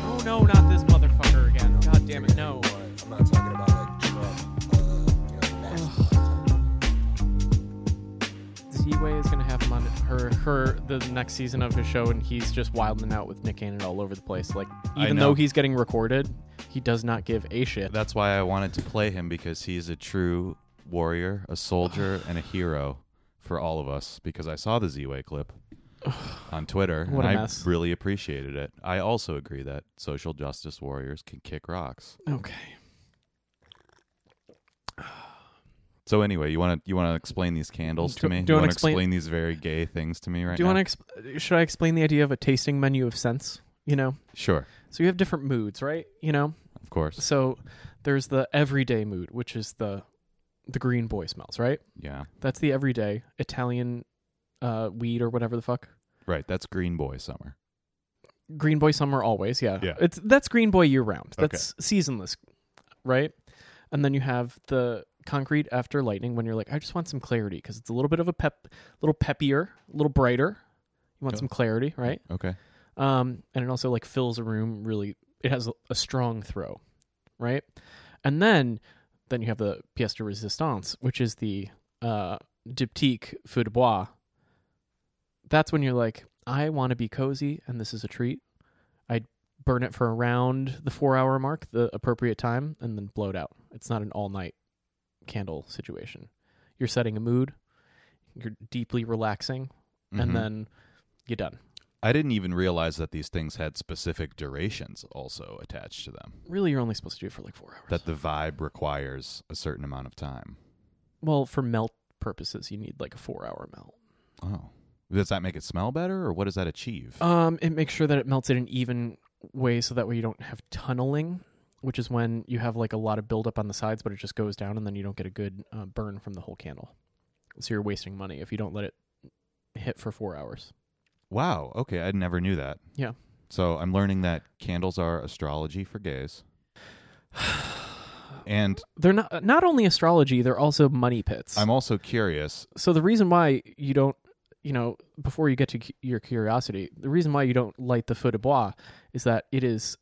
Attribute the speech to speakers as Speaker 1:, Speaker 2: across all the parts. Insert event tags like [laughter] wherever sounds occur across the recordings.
Speaker 1: Oh, no, not this motherfucker again. God damn it, no.
Speaker 2: I'm not talking about like Trump. Uh, you know, national.
Speaker 1: Z-Way is gonna have him on her her the next season of his show, and he's just wilding out with Nick Cannon all over the place. Like
Speaker 3: I
Speaker 1: even
Speaker 3: know.
Speaker 1: though he's getting recorded, he does not give a shit.
Speaker 3: That's why I wanted to play him because he's a true warrior,
Speaker 1: [sighs]
Speaker 3: a soldier, and a hero for all of us. Because I saw the
Speaker 1: [sighs]
Speaker 3: Z-Way clip on Twitter,
Speaker 1: What a
Speaker 3: and I
Speaker 1: mess.
Speaker 3: really appreciated it. I also agree that social justice warriors can kick rocks.
Speaker 1: okay.
Speaker 3: So anyway, you want to you want to explain these candles
Speaker 1: Do-
Speaker 3: to me?
Speaker 1: do you
Speaker 3: you
Speaker 1: wanna
Speaker 3: want to
Speaker 1: explain-
Speaker 3: explain, these very gay things to me right
Speaker 1: Do you
Speaker 3: now?
Speaker 1: want to? Exp- should I explain the idea of a tasting menu of scents? You know,
Speaker 3: sure,
Speaker 1: so you have different moods, right? You know,
Speaker 3: of course.
Speaker 1: so there's the everyday mood, which is the the green boy smells, right?
Speaker 3: Yeah,
Speaker 1: That's the everyday Italian uh, weed or whatever the fuck.
Speaker 3: right. That's Green Boy Summer.
Speaker 1: Green Boy summer always, yeah.
Speaker 3: Yeah.
Speaker 1: It's that's Green Boy year round.
Speaker 3: Okay.
Speaker 1: That's seasonless, right? And then you have the concrete after lightning when you're like, I just want some clarity because it's a little bit of a pep, little peppier, a little brighter. You want
Speaker 3: Yeah.
Speaker 1: some clarity, right?
Speaker 3: Okay.
Speaker 1: Um, and it also like fills a room really. It has a, a strong throw, right? And then then you have the pièce de résistance, which is the uh, diptyque feu de bois. That's when you're like, I want to be cozy, and this is a treat. I'd burn it for around the four hour mark, the appropriate time, and then blow it out. It's not an all night candle situation. You're setting a mood. You're deeply relaxing,
Speaker 3: Mhm.
Speaker 1: and then you're done.
Speaker 3: I didn't even realize that these things had specific durations also attached to them.
Speaker 1: Really, you're only supposed to do it for like four hours.
Speaker 3: That the vibe requires a certain amount of time.
Speaker 1: Well, for melt purposes, you need like a four hour melt.
Speaker 3: Oh. Does that make it smell better or what does that achieve?
Speaker 1: Um, it makes sure that it melts in an even way so that way you don't have tunneling, which is when you have like a lot of buildup on the sides, but it just goes down and then you don't get a good uh, burn from the whole candle. So you're wasting money if you don't let it hit for four hours.
Speaker 3: wow. Okay. I never knew that.
Speaker 1: Yeah.
Speaker 3: So I'm learning that candles are astrology
Speaker 1: [sighs]
Speaker 3: for gays. And
Speaker 1: They're not uh, not only astrology; they're also money pits.
Speaker 3: I'm also curious.
Speaker 1: so the reason why you don't you know before you get to cu- your curiosity the reason why you don't light the feu de bois is that it is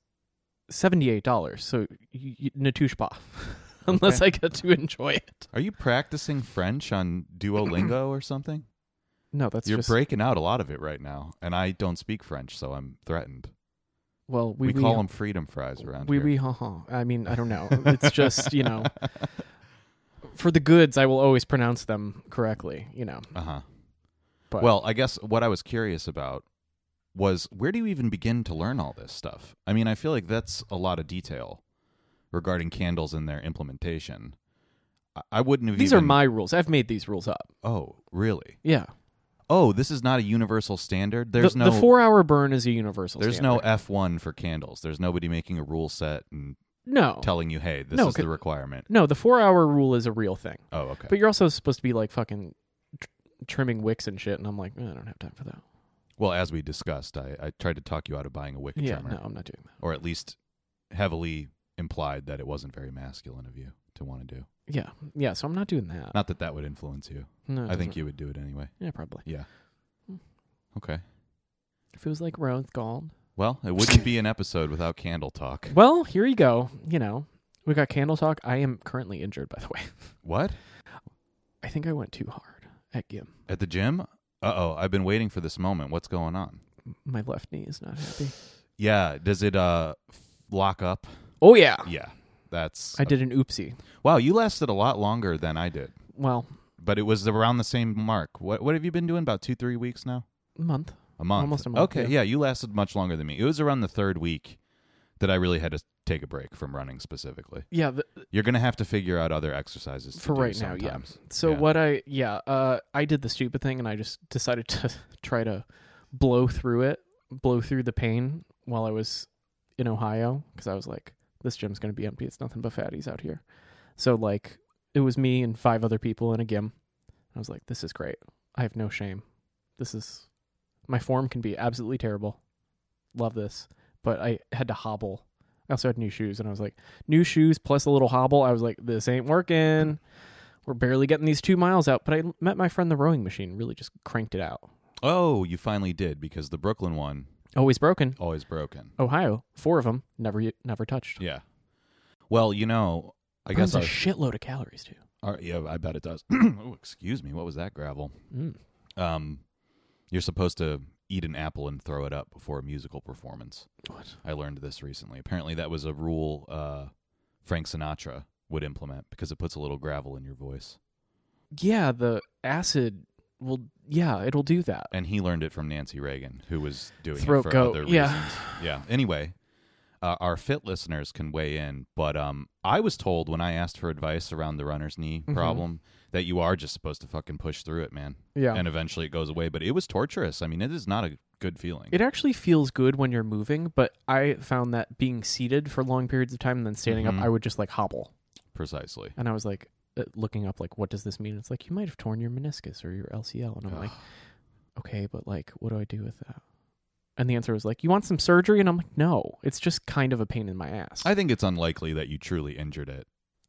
Speaker 1: $78 so you, you, ne touche pas [laughs] unless i get to enjoy it
Speaker 3: Are you practicing French on Duolingo or something?
Speaker 1: no that's
Speaker 3: You're
Speaker 1: just
Speaker 3: breaking out a lot of it right now. And I don't speak French, so I'm threatened.
Speaker 1: well
Speaker 3: We,
Speaker 1: we,
Speaker 3: call them freedom fries around
Speaker 1: we
Speaker 3: here.
Speaker 1: we ha ha i mean i don't know it's just you
Speaker 3: [laughs]
Speaker 1: [laughs] know for the goods i will always pronounce them correctly you know
Speaker 3: Uh huh.
Speaker 1: but
Speaker 3: Well, I guess what I was curious about was where do you even begin to learn all this stuff? I mean, I feel like that's a lot of detail regarding candles and their implementation. I, I wouldn't have
Speaker 1: these are
Speaker 3: even,
Speaker 1: my rules i've made these rules up
Speaker 3: Oh, really?
Speaker 1: yeah
Speaker 3: Oh, this is not a universal standard.
Speaker 1: The-
Speaker 3: There's
Speaker 1: the,
Speaker 3: no
Speaker 1: four hour burn is a universal
Speaker 3: there's
Speaker 1: standard.
Speaker 3: no F one for candles. There's nobody making a rule set and
Speaker 1: no
Speaker 3: telling you, hey, this
Speaker 1: Oh. No,
Speaker 3: is
Speaker 1: c-
Speaker 3: the requirement.
Speaker 1: No, the four hour rule is a real thing.
Speaker 3: Oh, okay.
Speaker 1: But you're also supposed to be like fucking tr- trimming wicks and shit. And I'm like, eh, I don't have time for that.
Speaker 3: well, as we discussed, I, I tried to talk you out of buying a wick
Speaker 1: Yeah,
Speaker 3: trimmer.
Speaker 1: no, I'm not doing that.
Speaker 3: Or at least heavily implied that it wasn't very masculine of you to want to do.
Speaker 1: Yeah, yeah. So I'm not doing that.
Speaker 3: Not that that would influence you.
Speaker 1: no, it
Speaker 3: I think
Speaker 1: doesn't- Hmm.
Speaker 3: you would do it anyway.
Speaker 1: Yeah, probably.
Speaker 3: Yeah. Okay.
Speaker 1: If it was like rose gold.
Speaker 3: Well, it wouldn't be an episode without
Speaker 1: [laughs]
Speaker 3: candle talk.
Speaker 1: Well, here you go. You know, we got candle talk. I am currently injured, by the way. [laughs]
Speaker 3: What?
Speaker 1: I think I went too hard at gym.
Speaker 3: At the gym? Uh oh. I've been waiting for this moment. What's going on?
Speaker 1: My left knee is not happy.
Speaker 3: Yeah. Does it uh f- lock up?
Speaker 1: [sighs] Oh yeah,
Speaker 3: Yeah. That's.
Speaker 1: I did an oopsie.
Speaker 3: Wow. You lasted a lot longer than I did,
Speaker 1: Well,
Speaker 3: but it was around the same mark. What What have you been doing? About two, three weeks now?
Speaker 1: month.
Speaker 3: A month.
Speaker 1: Almost a month,
Speaker 3: Okay.
Speaker 1: yeah.
Speaker 3: yeah. You lasted much longer than me. It was around the third week that I really had to take a break from running specifically.
Speaker 1: Yeah, the,
Speaker 3: You're gonna have to figure out other exercises to
Speaker 1: for
Speaker 3: do
Speaker 1: right now yeah
Speaker 3: sometimes.
Speaker 1: so
Speaker 3: Yeah.
Speaker 1: what i yeah uh i did the stupid thing and i just decided [laughs] to try to blow through it blow through the pain while i was in ohio because i was like this gym's going to be empty it's nothing but fatties out here so like it was me and five other people in a gym i was like this is great i have no shame this is my form can be absolutely terrible love this but i had to hobble i also had new shoes and i was like new shoes plus a little hobble i was like this ain't working we're barely getting these two miles out, but I met my friend the rowing machine, really just cranked it out.
Speaker 3: Oh, you finally did because the Brooklyn one
Speaker 1: Always broken.
Speaker 3: Always broken.
Speaker 1: Ohio, four of them, never u- never touched.
Speaker 3: Yeah. Well, you know, I
Speaker 1: Burns
Speaker 3: guess I
Speaker 1: a
Speaker 3: was,
Speaker 1: shitload of calories too.
Speaker 3: uh, yeah, I bet it does. [clears throat] oh, excuse me. What was that gravel?
Speaker 1: Mm.
Speaker 3: Um, you're supposed to eat an apple and throw it up before a musical performance.
Speaker 1: What?
Speaker 3: I learned this recently. Apparently, that was a rule uh, Frank Sinatra would implement because it puts a little gravel in your voice.
Speaker 1: Yeah, the acid will. Yeah, it'll do that.
Speaker 3: And he learned it from Nancy Reagan, who was doing
Speaker 1: Throat
Speaker 3: it for
Speaker 1: goat,
Speaker 3: other
Speaker 1: yeah.
Speaker 3: reasons. Yeah. Anyway, uh, our fit listeners can weigh in, but um, I was told when I asked for advice around the runner's knee
Speaker 1: Mm-hmm.
Speaker 3: problem that you are just supposed to fucking push through it, man.
Speaker 1: Yeah.
Speaker 3: And eventually it goes away, but it was torturous. I mean, it is not a good feeling.
Speaker 1: It actually feels good when you're moving, but I found that being seated for long periods of time and then standing
Speaker 3: Mhm.
Speaker 1: up, I would just like hobble.
Speaker 3: Precisely.
Speaker 1: And I was like uh, looking up, like, what does this mean? It's like you might have torn your meniscus or your LCL, and I'm like, okay, but like, what do I do with that? And the answer was like, you want some surgery? And I'm like, no, it's just kind of a pain in my ass.
Speaker 3: I think it's unlikely that you truly injured it.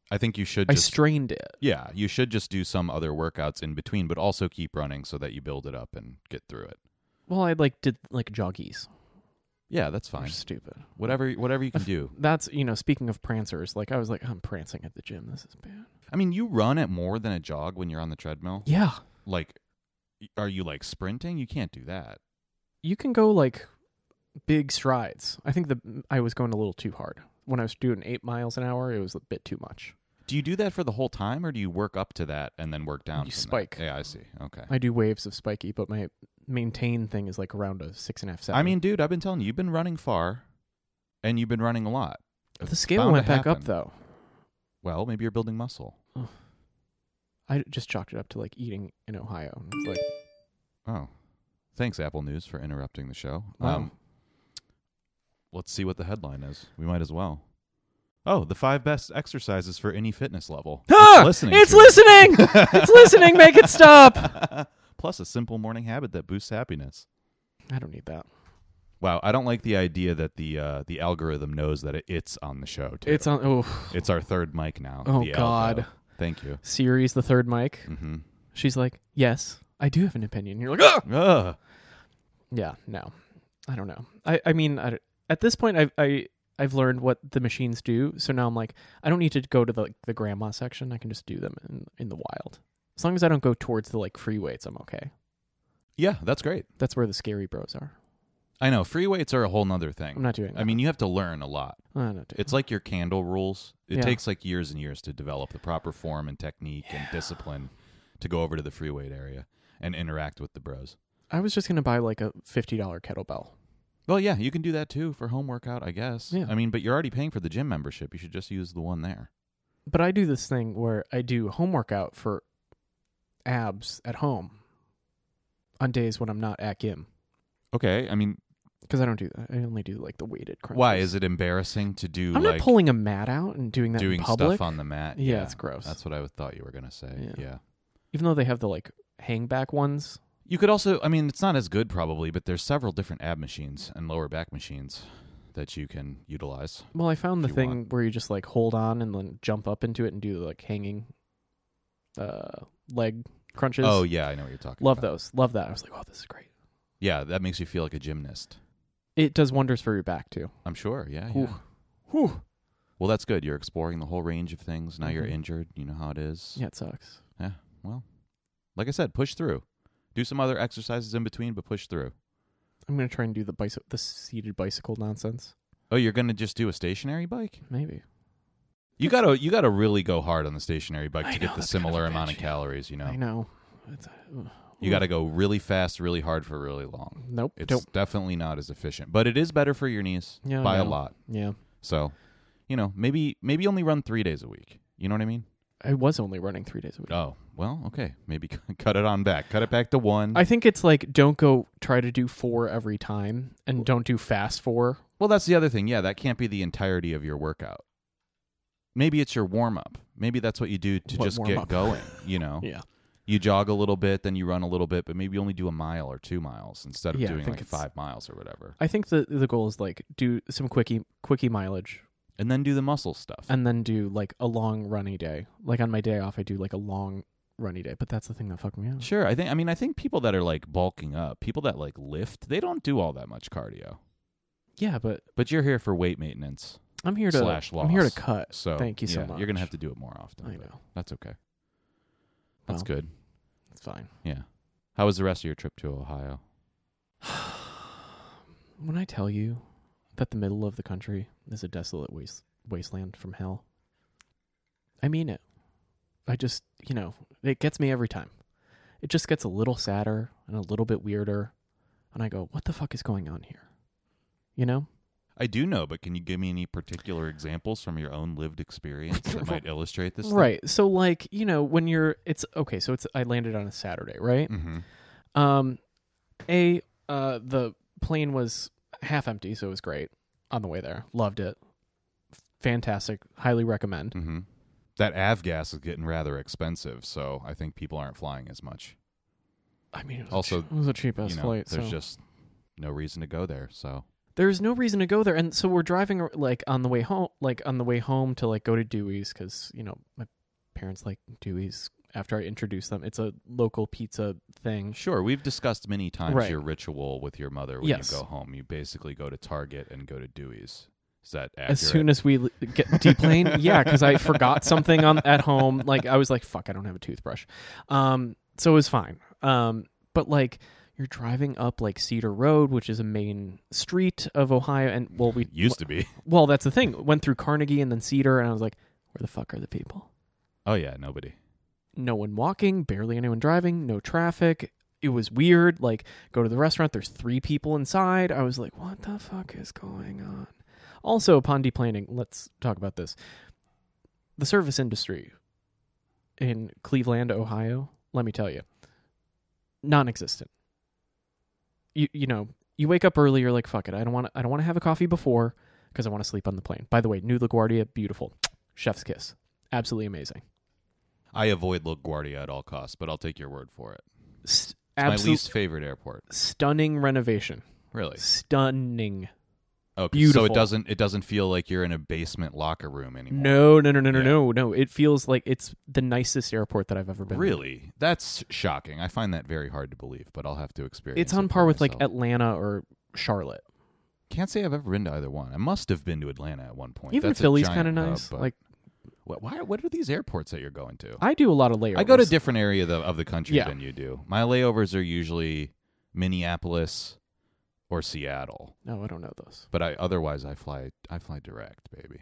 Speaker 3: I think you should
Speaker 1: I
Speaker 3: just
Speaker 1: strained it.
Speaker 3: yeah, you should just do some other workouts in between, but also keep running so that you build it up and get through it.
Speaker 1: Well, I like did like joggies.
Speaker 3: Yeah, that's
Speaker 1: They're
Speaker 3: fine.
Speaker 1: stupid.
Speaker 3: Whatever whatever you can do.
Speaker 1: That's you know, speaking of prancers, like I was like, I'm prancing at the gym. This is bad.
Speaker 3: I mean, you run at more than a jog when you're on the treadmill.
Speaker 1: Yeah,
Speaker 3: Like, y- are you like sprinting? You can't do that.
Speaker 1: you can go like big strides. I think the I was going a little too hard when I was doing eight miles an hour. It was a bit too much.
Speaker 3: Do you do that for the whole time, or do you work up to that and then work down?
Speaker 1: You
Speaker 3: from
Speaker 1: spike.
Speaker 3: That? Yeah, I see. Okay.
Speaker 1: I do waves of spiky, but my maintain thing is like around a six and a half seven.
Speaker 3: I mean, dude, I've been telling you, you've been running far, and you've been running a lot.
Speaker 1: the scale
Speaker 3: bound
Speaker 1: went
Speaker 3: to
Speaker 1: back up
Speaker 3: happen.
Speaker 1: though.
Speaker 3: Well, maybe you're building muscle.
Speaker 1: I just chalked it up to like eating in Ohio. And it's like,
Speaker 3: Oh, thanks, Apple News, for interrupting the show.
Speaker 1: wow.
Speaker 3: Um, let's see what the headline is. We might as well. Oh, the five best exercises for any
Speaker 1: [laughs]
Speaker 3: fitness level.
Speaker 1: Ah!
Speaker 3: It's listening.
Speaker 1: it's
Speaker 3: to it.
Speaker 1: listening.
Speaker 3: [laughs]
Speaker 1: it's listening. Make it stop. [laughs]
Speaker 3: Plus, a simple morning habit that boosts happiness.
Speaker 1: I don't need that.
Speaker 3: Wow, I don't like the idea that the uh, the algorithm knows that it, it's on the show. Too.
Speaker 1: It's on. Oh,
Speaker 3: It's our third mic now.
Speaker 1: Oh,
Speaker 3: the algo.
Speaker 1: God.
Speaker 3: Thank you.
Speaker 1: Siri's the third mic.
Speaker 3: Mm-hmm.
Speaker 1: She's like, yes, I do have an opinion. You're like, ah.
Speaker 3: Ugh.
Speaker 1: Yeah, no, I don't know. I, I mean, I, at this point, I, I, I've learned what the machines do, so now I'm like, I don't need to go to the the grandma section. I can just do them in in the wild, as long as I don't go towards the like free weights. I'm okay.
Speaker 3: Yeah, that's great.
Speaker 1: That's where the scary bros are.
Speaker 3: I know free weights are a whole nother thing.
Speaker 1: I'm not doing. That.
Speaker 3: I mean, you have to learn a lot.
Speaker 1: I'm not doing.
Speaker 3: It's like your candle rules. It
Speaker 1: Yeah.
Speaker 3: takes like years and years to develop the proper form and technique and discipline to go over to the free weight area and interact with the bros.
Speaker 1: I was just gonna buy like a fifty dollar kettlebell.
Speaker 3: Well, yeah, you can do that too for home workout, I guess.
Speaker 1: Yeah.
Speaker 3: I mean, but you're already paying for the gym membership. You should just use the one there.
Speaker 1: But I do this thing where I do home workout for abs at home on days when I'm not at gym
Speaker 3: Okay. I mean,
Speaker 1: because I don't do that. I only do like the weighted crunches.
Speaker 3: why is it embarrassing to do
Speaker 1: I'm
Speaker 3: like
Speaker 1: not pulling a mat out and doing that
Speaker 3: doing
Speaker 1: in public.
Speaker 3: stuff on the mat?
Speaker 1: Yeah, it's gross.
Speaker 3: That's what I would- thought you were gonna say. Yeah.
Speaker 1: Yeah. Even though they have the like hang back ones,
Speaker 3: You could also, I mean, it's not as good probably, but there's several different ab machines and lower back machines that you can utilize.
Speaker 1: well, I found the
Speaker 3: If you
Speaker 1: thing
Speaker 3: want.
Speaker 1: where you just like hold on and then jump up into it and do the like hanging uh leg crunches.
Speaker 3: oh yeah, I know what you're talking.
Speaker 1: love
Speaker 3: about.
Speaker 1: those, love that. I was like, oh, this is great.
Speaker 3: Yeah, that makes you feel like a gymnast.
Speaker 1: It does wonders for your back too.
Speaker 3: I'm sure. Yeah.
Speaker 1: Whew.
Speaker 3: yeah. Well, that's good. You're exploring the whole range of things. Now you're
Speaker 1: Mhm.
Speaker 3: injured. You know how it is.
Speaker 1: Yeah, it sucks.
Speaker 3: Like I said, push through. Do some other exercises in between, but push through.
Speaker 1: I'm gonna try and do the bicycle, the seated bicycle nonsense.
Speaker 3: Oh, you're gonna just do a stationary bike?
Speaker 1: Maybe.
Speaker 3: You gotta you gotta really go hard on the stationary bike
Speaker 1: I know,
Speaker 3: to get the
Speaker 1: that's kind of
Speaker 3: similar
Speaker 1: a
Speaker 3: amount
Speaker 1: bitch,
Speaker 3: of
Speaker 1: yeah.
Speaker 3: calories. You know,
Speaker 1: I know. It's, ugh.
Speaker 3: you gotta go really fast, really hard for really long.
Speaker 1: Nope.
Speaker 3: It's
Speaker 1: Don't.
Speaker 3: definitely not as efficient, but it is better for your knees
Speaker 1: Yeah, I
Speaker 3: by a
Speaker 1: know.
Speaker 3: lot.
Speaker 1: Yeah.
Speaker 3: So, you know, maybe maybe only run three days a week. You know what I mean?
Speaker 1: I was only running three days a week.
Speaker 3: Oh, well, okay. Maybe [laughs] cut it on back. Cut it back to one.
Speaker 1: I think it's like don't go try to do four every time and don't do fast four.
Speaker 3: Well, that's the other thing. Yeah, that can't be the entirety of your workout. Maybe it's your warm up. Maybe that's what you do to
Speaker 1: What
Speaker 3: just
Speaker 1: warm
Speaker 3: get
Speaker 1: up?
Speaker 3: going. You know,
Speaker 1: [laughs] Yeah.
Speaker 3: you jog a little bit, then you run a little bit, but maybe you only do a mile or two miles instead of
Speaker 1: Yeah, I
Speaker 3: doing
Speaker 1: think
Speaker 3: like
Speaker 1: it's-
Speaker 3: five miles or whatever.
Speaker 1: I think the the goal is like do some quickie quickie mileage
Speaker 3: And then do the muscle stuff.
Speaker 1: and then do like a long runny day. Like on my day off I do like a long runny day, but that's the thing that fucked me up.
Speaker 3: sure, I think. I mean, I think people that are like bulking up, people that like lift, they don't do all that much cardio.
Speaker 1: Yeah, but
Speaker 3: But you're here for weight maintenance.
Speaker 1: I'm here to
Speaker 3: Slash
Speaker 1: I'm here to
Speaker 3: loss.
Speaker 1: cut.
Speaker 3: So
Speaker 1: Thank you so
Speaker 3: yeah,
Speaker 1: much.
Speaker 3: You're gonna have to do it more often.
Speaker 1: I
Speaker 3: but
Speaker 1: know.
Speaker 3: That's okay. That's
Speaker 1: Well.
Speaker 3: good.
Speaker 1: It's fine.
Speaker 3: Yeah. How was the rest of your trip to Ohio?
Speaker 1: When I tell you that the middle of the country is a desolate waste wasteland from hell, I mean it. I just, you know, it gets me every time. It just gets a little sadder and a little bit weirder, and I go, "What the fuck is going on here?" You know?
Speaker 3: I do know, but can you give me any particular examples from your own lived experience that might illustrate this?
Speaker 1: right. So like, you know, when you're it's okay, so it's I landed on a Saturday, right?
Speaker 3: Mm-hmm.
Speaker 1: Um, a uh, the plane was half empty, so it was great on the way there. Loved it. Fantastic. Highly recommend.
Speaker 3: Mm-hmm. That avgas is getting rather expensive, so I think people aren't flying as much.
Speaker 1: I mean, it was
Speaker 3: Also,
Speaker 1: a cheap, it was a cheap ass
Speaker 3: you know,
Speaker 1: flight.
Speaker 3: there's
Speaker 1: so.
Speaker 3: just no reason to go there. So
Speaker 1: there's no reason to go there and so we're driving ar- like on the way home like on the way home to like go to dewey's because you know my parents like dewey's after i introduced them it's a local pizza thing
Speaker 3: sure, we've discussed many times
Speaker 1: Right.
Speaker 3: your ritual with your mother when
Speaker 1: Yes.
Speaker 3: you go home. You basically go to Target and go to Dewey's. Is that accurate?
Speaker 1: as soon as we l-
Speaker 3: [laughs]
Speaker 1: get deplane yeah because i forgot something on at home like i was like fuck i don't have a toothbrush um so it was fine um but like you're driving up like cedar road which is a main street of ohio and well we
Speaker 3: used to be.
Speaker 1: well that's the thing went through carnegie and then cedar and i was like where the fuck are the people
Speaker 3: Oh yeah, nobody.
Speaker 1: no one walking barely anyone driving no traffic it was weird like go to the restaurant there's three people inside i was like what the fuck is going on also upon deplaning let's talk about this the service industry in cleveland ohio let me tell you non-existent you you know you wake up early you're like fuck it i don't want i don't want to have a coffee before because i want to sleep on the plane by the way new laguardia beautiful chef's kiss absolutely amazing
Speaker 3: I avoid LaGuardia at all costs, but I'll take your word for it.
Speaker 1: S-
Speaker 3: It's
Speaker 1: absolute-
Speaker 3: my least favorite airport.
Speaker 1: stunning renovation.
Speaker 3: Really?
Speaker 1: Stunning.
Speaker 3: Okay. So
Speaker 1: Beautiful.
Speaker 3: it doesn't it doesn't feel like you're in a basement locker room anymore.
Speaker 1: No, no, no, no, no,
Speaker 3: Yeah.
Speaker 1: no, no. It feels like it's the nicest airport that I've ever been. in.
Speaker 3: Really? That's shocking. I find that very hard to believe, but I'll have to experience.
Speaker 1: It's
Speaker 3: it
Speaker 1: on
Speaker 3: for
Speaker 1: par with like
Speaker 3: myself.
Speaker 1: Atlanta or Charlotte.
Speaker 3: Can't say I've ever been to either one. I must have been to Atlanta at one point.
Speaker 1: Even
Speaker 3: That's a
Speaker 1: Philly's
Speaker 3: giant
Speaker 1: kind of
Speaker 3: hub,
Speaker 1: nice.
Speaker 3: but-
Speaker 1: like
Speaker 3: Wh- why? What are these airports that you're going to?
Speaker 1: I do a lot of layovers.
Speaker 3: I go to different area of the, of the country
Speaker 1: Yeah.
Speaker 3: than you do. My layovers are usually Minneapolis or Seattle,
Speaker 1: No, I don't know those.
Speaker 3: but I otherwise I fly I fly direct, baby.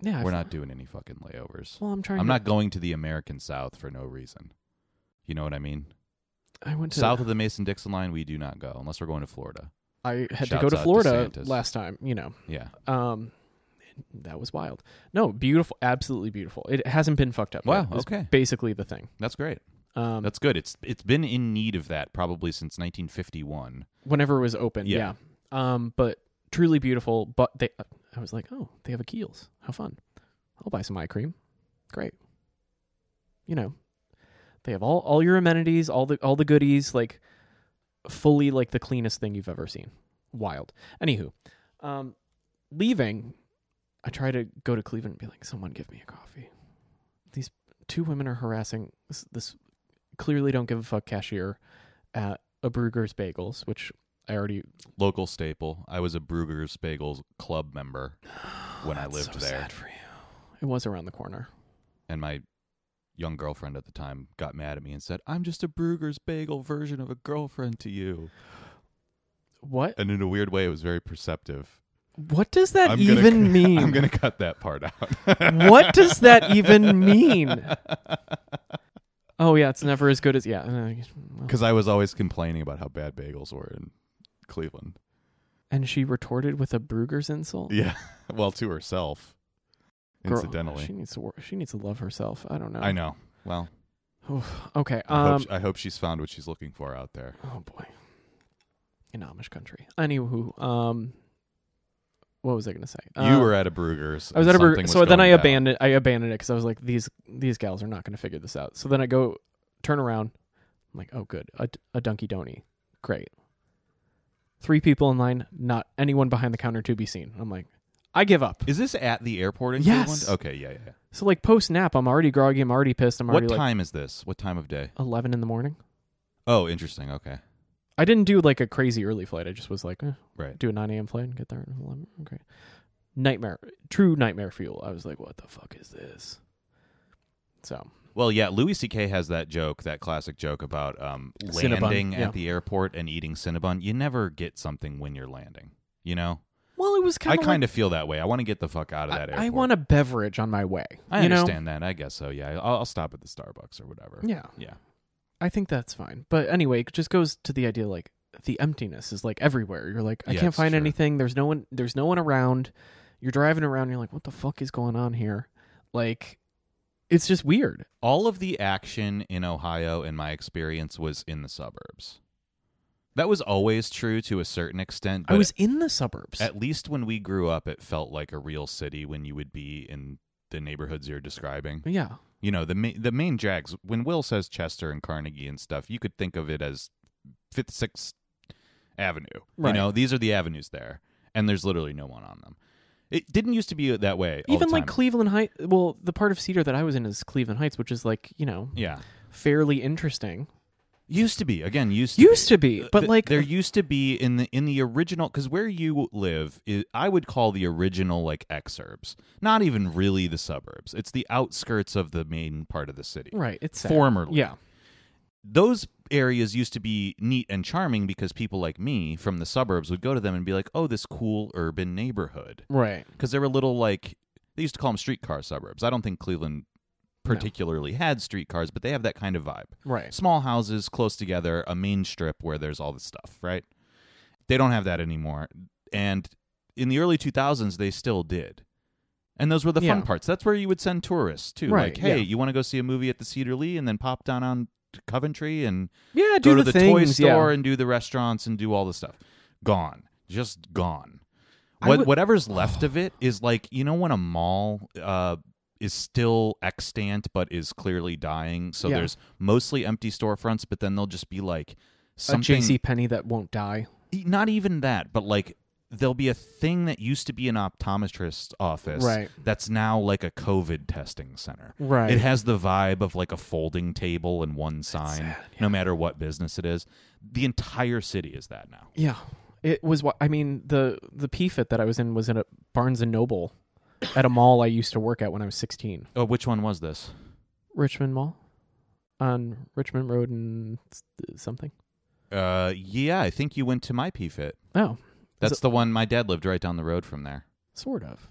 Speaker 1: Yeah,
Speaker 3: We're
Speaker 1: I've-
Speaker 3: not doing any fucking layovers.
Speaker 1: Well, I'm trying.
Speaker 3: I'm
Speaker 1: to,
Speaker 3: not going to the American South for no reason. You know what I mean?
Speaker 1: I went to
Speaker 3: South of the Mason Dixon line, we do not go unless we're going to Florida.
Speaker 1: I had to
Speaker 3: Shouts
Speaker 1: go
Speaker 3: out
Speaker 1: to
Speaker 3: to
Speaker 1: Florida
Speaker 3: Santas.
Speaker 1: last time. You know,
Speaker 3: Yeah.
Speaker 1: um, that was wild. No, beautiful, absolutely beautiful. It hasn't been fucked up.
Speaker 3: Wow,
Speaker 1: yet, is
Speaker 3: okay.
Speaker 1: Basically, the thing.
Speaker 3: That's great.
Speaker 1: Um,
Speaker 3: That's good. It's it's been in need of that probably since 1951.
Speaker 1: whenever it was open.
Speaker 3: Yeah.
Speaker 1: Yeah. Um, but truly beautiful. But they, I was like, oh, they have a Kiehl's. How fun! I'll buy some eye cream. Great. You know, they have all all your amenities, all the all the goodies, like fully like the cleanest thing you've ever seen. Wild. Anywho, um, leaving, I try to go to Cleveland and be like, someone give me a coffee. These two women are harassing this, this clearly don't give a fuck cashier at a Brugger's Bagels, which I already
Speaker 3: Local staple. I was a Brugger's Bagels club
Speaker 1: [sighs]
Speaker 3: member when I
Speaker 1: That's
Speaker 3: lived
Speaker 1: so
Speaker 3: there.
Speaker 1: sad for you. It was around the corner.
Speaker 3: and my young girlfriend at the time got mad at me and said, "I'm just a Brugger's bagel version of a girlfriend to you."
Speaker 1: What?
Speaker 3: And in a weird way, it was very perceptive.
Speaker 1: What does that
Speaker 3: [laughs] I'm gonna-
Speaker 1: even mean?
Speaker 3: I'm going to cut that part out. [laughs]
Speaker 1: What does that even mean? Oh yeah, it's never as good as yeah. uh, well.
Speaker 3: Because I was always complaining about how bad bagels were in Cleveland.
Speaker 1: And she retorted with a Brugger's insult.
Speaker 3: Yeah, [laughs] well, to herself,
Speaker 1: Girl, oh, she
Speaker 3: incidentally.
Speaker 1: needs to wor- she needs to love herself. I don't know.
Speaker 3: I know. Well,
Speaker 1: Okay.
Speaker 3: I,
Speaker 1: Um.
Speaker 3: hope, sh- I hope she's found what she's looking for out there.
Speaker 1: oh boy. In Amish country. Anywho. Um. What was I gonna say?
Speaker 3: you
Speaker 1: Uh,
Speaker 3: were at a Brugger's.
Speaker 1: I was at
Speaker 3: and
Speaker 1: a burger.
Speaker 3: something
Speaker 1: So
Speaker 3: was
Speaker 1: then I
Speaker 3: going down.
Speaker 1: abandoned. I abandoned it because I was like, these these gals are not going to figure this out. So then I go turn around. I'm like, oh, good, a, a Dunky Donny, great. Three people in line, not anyone behind the counter to be seen. I'm like, I give up.
Speaker 3: Is this at the airport in
Speaker 1: Yes.
Speaker 3: Cleveland? Okay, yeah, yeah. yeah.
Speaker 1: So like post nap, I'm already groggy. I'm already pissed. I'm
Speaker 3: What
Speaker 1: already
Speaker 3: time is this? What time of day?
Speaker 1: like eleven in the morning.
Speaker 3: Oh, interesting. Okay.
Speaker 1: I didn't do like a crazy early flight. I just was like, eh,
Speaker 3: Right.
Speaker 1: do a 9 a.m. flight and get there at 11. Okay. Nightmare, true nightmare fuel. I was like, what the fuck is this? So
Speaker 3: Well, yeah, Louis C.K. has that joke, that classic joke about um,
Speaker 1: Cinnabon,
Speaker 3: landing
Speaker 1: yeah.
Speaker 3: at the airport and eating Cinnabon. You never get something when you're landing, you know?
Speaker 1: well, it was
Speaker 3: I
Speaker 1: kind of
Speaker 3: kind of feel that way. I want to get the fuck out of that airport.
Speaker 1: I, want a beverage on my way.
Speaker 3: I
Speaker 1: you know?
Speaker 3: understand that. I guess so. Yeah, I'll, I'll stop at the Starbucks or whatever.
Speaker 1: Yeah,
Speaker 3: Yeah.
Speaker 1: I think that's fine. But anyway, it just goes to the idea like the emptiness is like everywhere. You're like, I
Speaker 3: Yeah,
Speaker 1: can't
Speaker 3: it's
Speaker 1: find
Speaker 3: true.
Speaker 1: anything. There's no one. There's no one around. You're driving around. You're like, what the fuck is going on here? Like, it's just weird.
Speaker 3: All of the action in Ohio, in my experience, was in the suburbs. That was always true to a certain extent.
Speaker 1: I
Speaker 3: but
Speaker 1: was in the suburbs.
Speaker 3: At least when we grew up, it felt like a real city when you would be in the neighborhoods you're describing.
Speaker 1: yeah,
Speaker 3: You know, the ma- the main drags. When Will says Chester and Carnegie and stuff, you could think of it as Fifth, Sixth Avenue.
Speaker 1: Right.
Speaker 3: You know, these are the avenues there, and there's literally no one on them. It didn't used to be that way. all the
Speaker 1: even like
Speaker 3: time.
Speaker 1: Cleveland Heights. Well, the part of Cedar that I was in is Cleveland Heights, which is like you know
Speaker 3: yeah,
Speaker 1: fairly interesting.
Speaker 3: used to be again. Used to be.
Speaker 1: Used to be, but
Speaker 3: Th-
Speaker 1: like
Speaker 3: there used to be in the in the original because where you live is, i would call the original like exurbs not even really the suburbs it's the outskirts of the main part of the city
Speaker 1: right, it's sad.
Speaker 3: formerly
Speaker 1: Yeah,
Speaker 3: those areas used to be neat and charming because people like me from the suburbs would go to them and be like oh this cool urban neighborhood
Speaker 1: right.
Speaker 3: because they were little like they used to call them streetcar suburbs i don't think cleveland particularly had streetcars but they have that kind of vibe
Speaker 1: Right.
Speaker 3: small houses close together, a main strip where there's all this stuff, right? They don't have that anymore. And in the early 2000s, they still did. And those were the fun
Speaker 1: Yeah.
Speaker 3: parts. That's where you would send tourists too.
Speaker 1: Right,
Speaker 3: like, hey,
Speaker 1: yeah.
Speaker 3: you want to go see a movie at the Cedar Lee and then pop down on to Coventry and
Speaker 1: Yeah,
Speaker 3: go
Speaker 1: do
Speaker 3: to
Speaker 1: the,
Speaker 3: the
Speaker 1: things,
Speaker 3: toy store
Speaker 1: yeah.
Speaker 3: and do the restaurants and do all the stuff. Gone. Just gone.
Speaker 1: I
Speaker 3: What,
Speaker 1: would-
Speaker 3: whatever's
Speaker 1: [sighs]
Speaker 3: left of it is like, you know, when a mall uh, is still extant but is clearly dying. So
Speaker 1: Yeah.
Speaker 3: there's mostly empty storefronts, but then they'll just be like
Speaker 1: A
Speaker 3: something. e,
Speaker 1: JC Penny that won't die.
Speaker 3: Not even that, but like there'll be a thing that used to be an optometrist's office
Speaker 1: Right.
Speaker 3: that's now like a COVID testing center.
Speaker 1: Right.
Speaker 3: It has the vibe of like a folding table and one sign,
Speaker 1: sad,
Speaker 3: no matter what business it is. The entire city is that now.
Speaker 1: Yeah, it was. wh- I mean, the the PFIT that I was in was in a Barnes and Noble, [coughs] at a mall I used to work at when I was sixteen,
Speaker 3: Oh, which one was this?
Speaker 1: Richmond Mall, on Richmond Road and s- something.
Speaker 3: Uh, yeah, I think you went to my PFIT.
Speaker 1: Oh,
Speaker 3: That's the one my dad lived right down the road from there.
Speaker 1: sort of.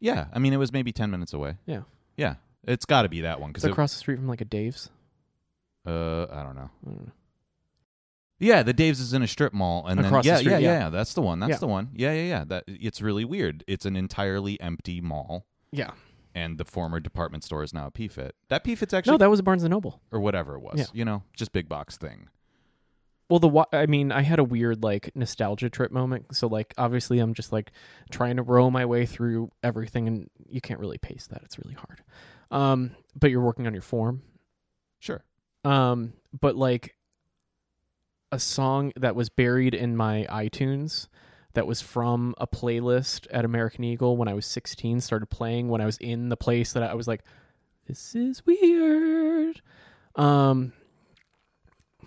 Speaker 3: Yeah, I mean it was maybe ten minutes away.
Speaker 1: Yeah,
Speaker 3: Yeah, it's got to be that one
Speaker 1: it's
Speaker 3: because
Speaker 1: across the street from like a Dave's.
Speaker 3: uh, I don't know.
Speaker 1: I don't know.
Speaker 3: Yeah, the Dave's is in a strip mall, and
Speaker 1: Across the
Speaker 3: then yeah,
Speaker 1: street,
Speaker 3: yeah,
Speaker 1: yeah.
Speaker 3: yeah, that's the one. That's
Speaker 1: Yeah.
Speaker 3: the one. Yeah, yeah, yeah. That it's really weird. It's an entirely empty mall,
Speaker 1: Yeah,
Speaker 3: and the former department store is now a PFIT. That PFIT's actually
Speaker 1: no, that was Barnes and Noble.
Speaker 3: or whatever it was.
Speaker 1: Yeah.
Speaker 3: You know, just big box thing.
Speaker 1: Well, the wa- I mean, I had a weird like nostalgia trip moment. So like, obviously, I'm just like trying to row my way through everything, and you can't really pace that. It's really hard. Um, but you're working on your form,
Speaker 3: Sure.
Speaker 1: um but like a song that was buried in my itunes that was from a playlist at american eagle when i was 16 started playing when i was in the place that i was like this is weird um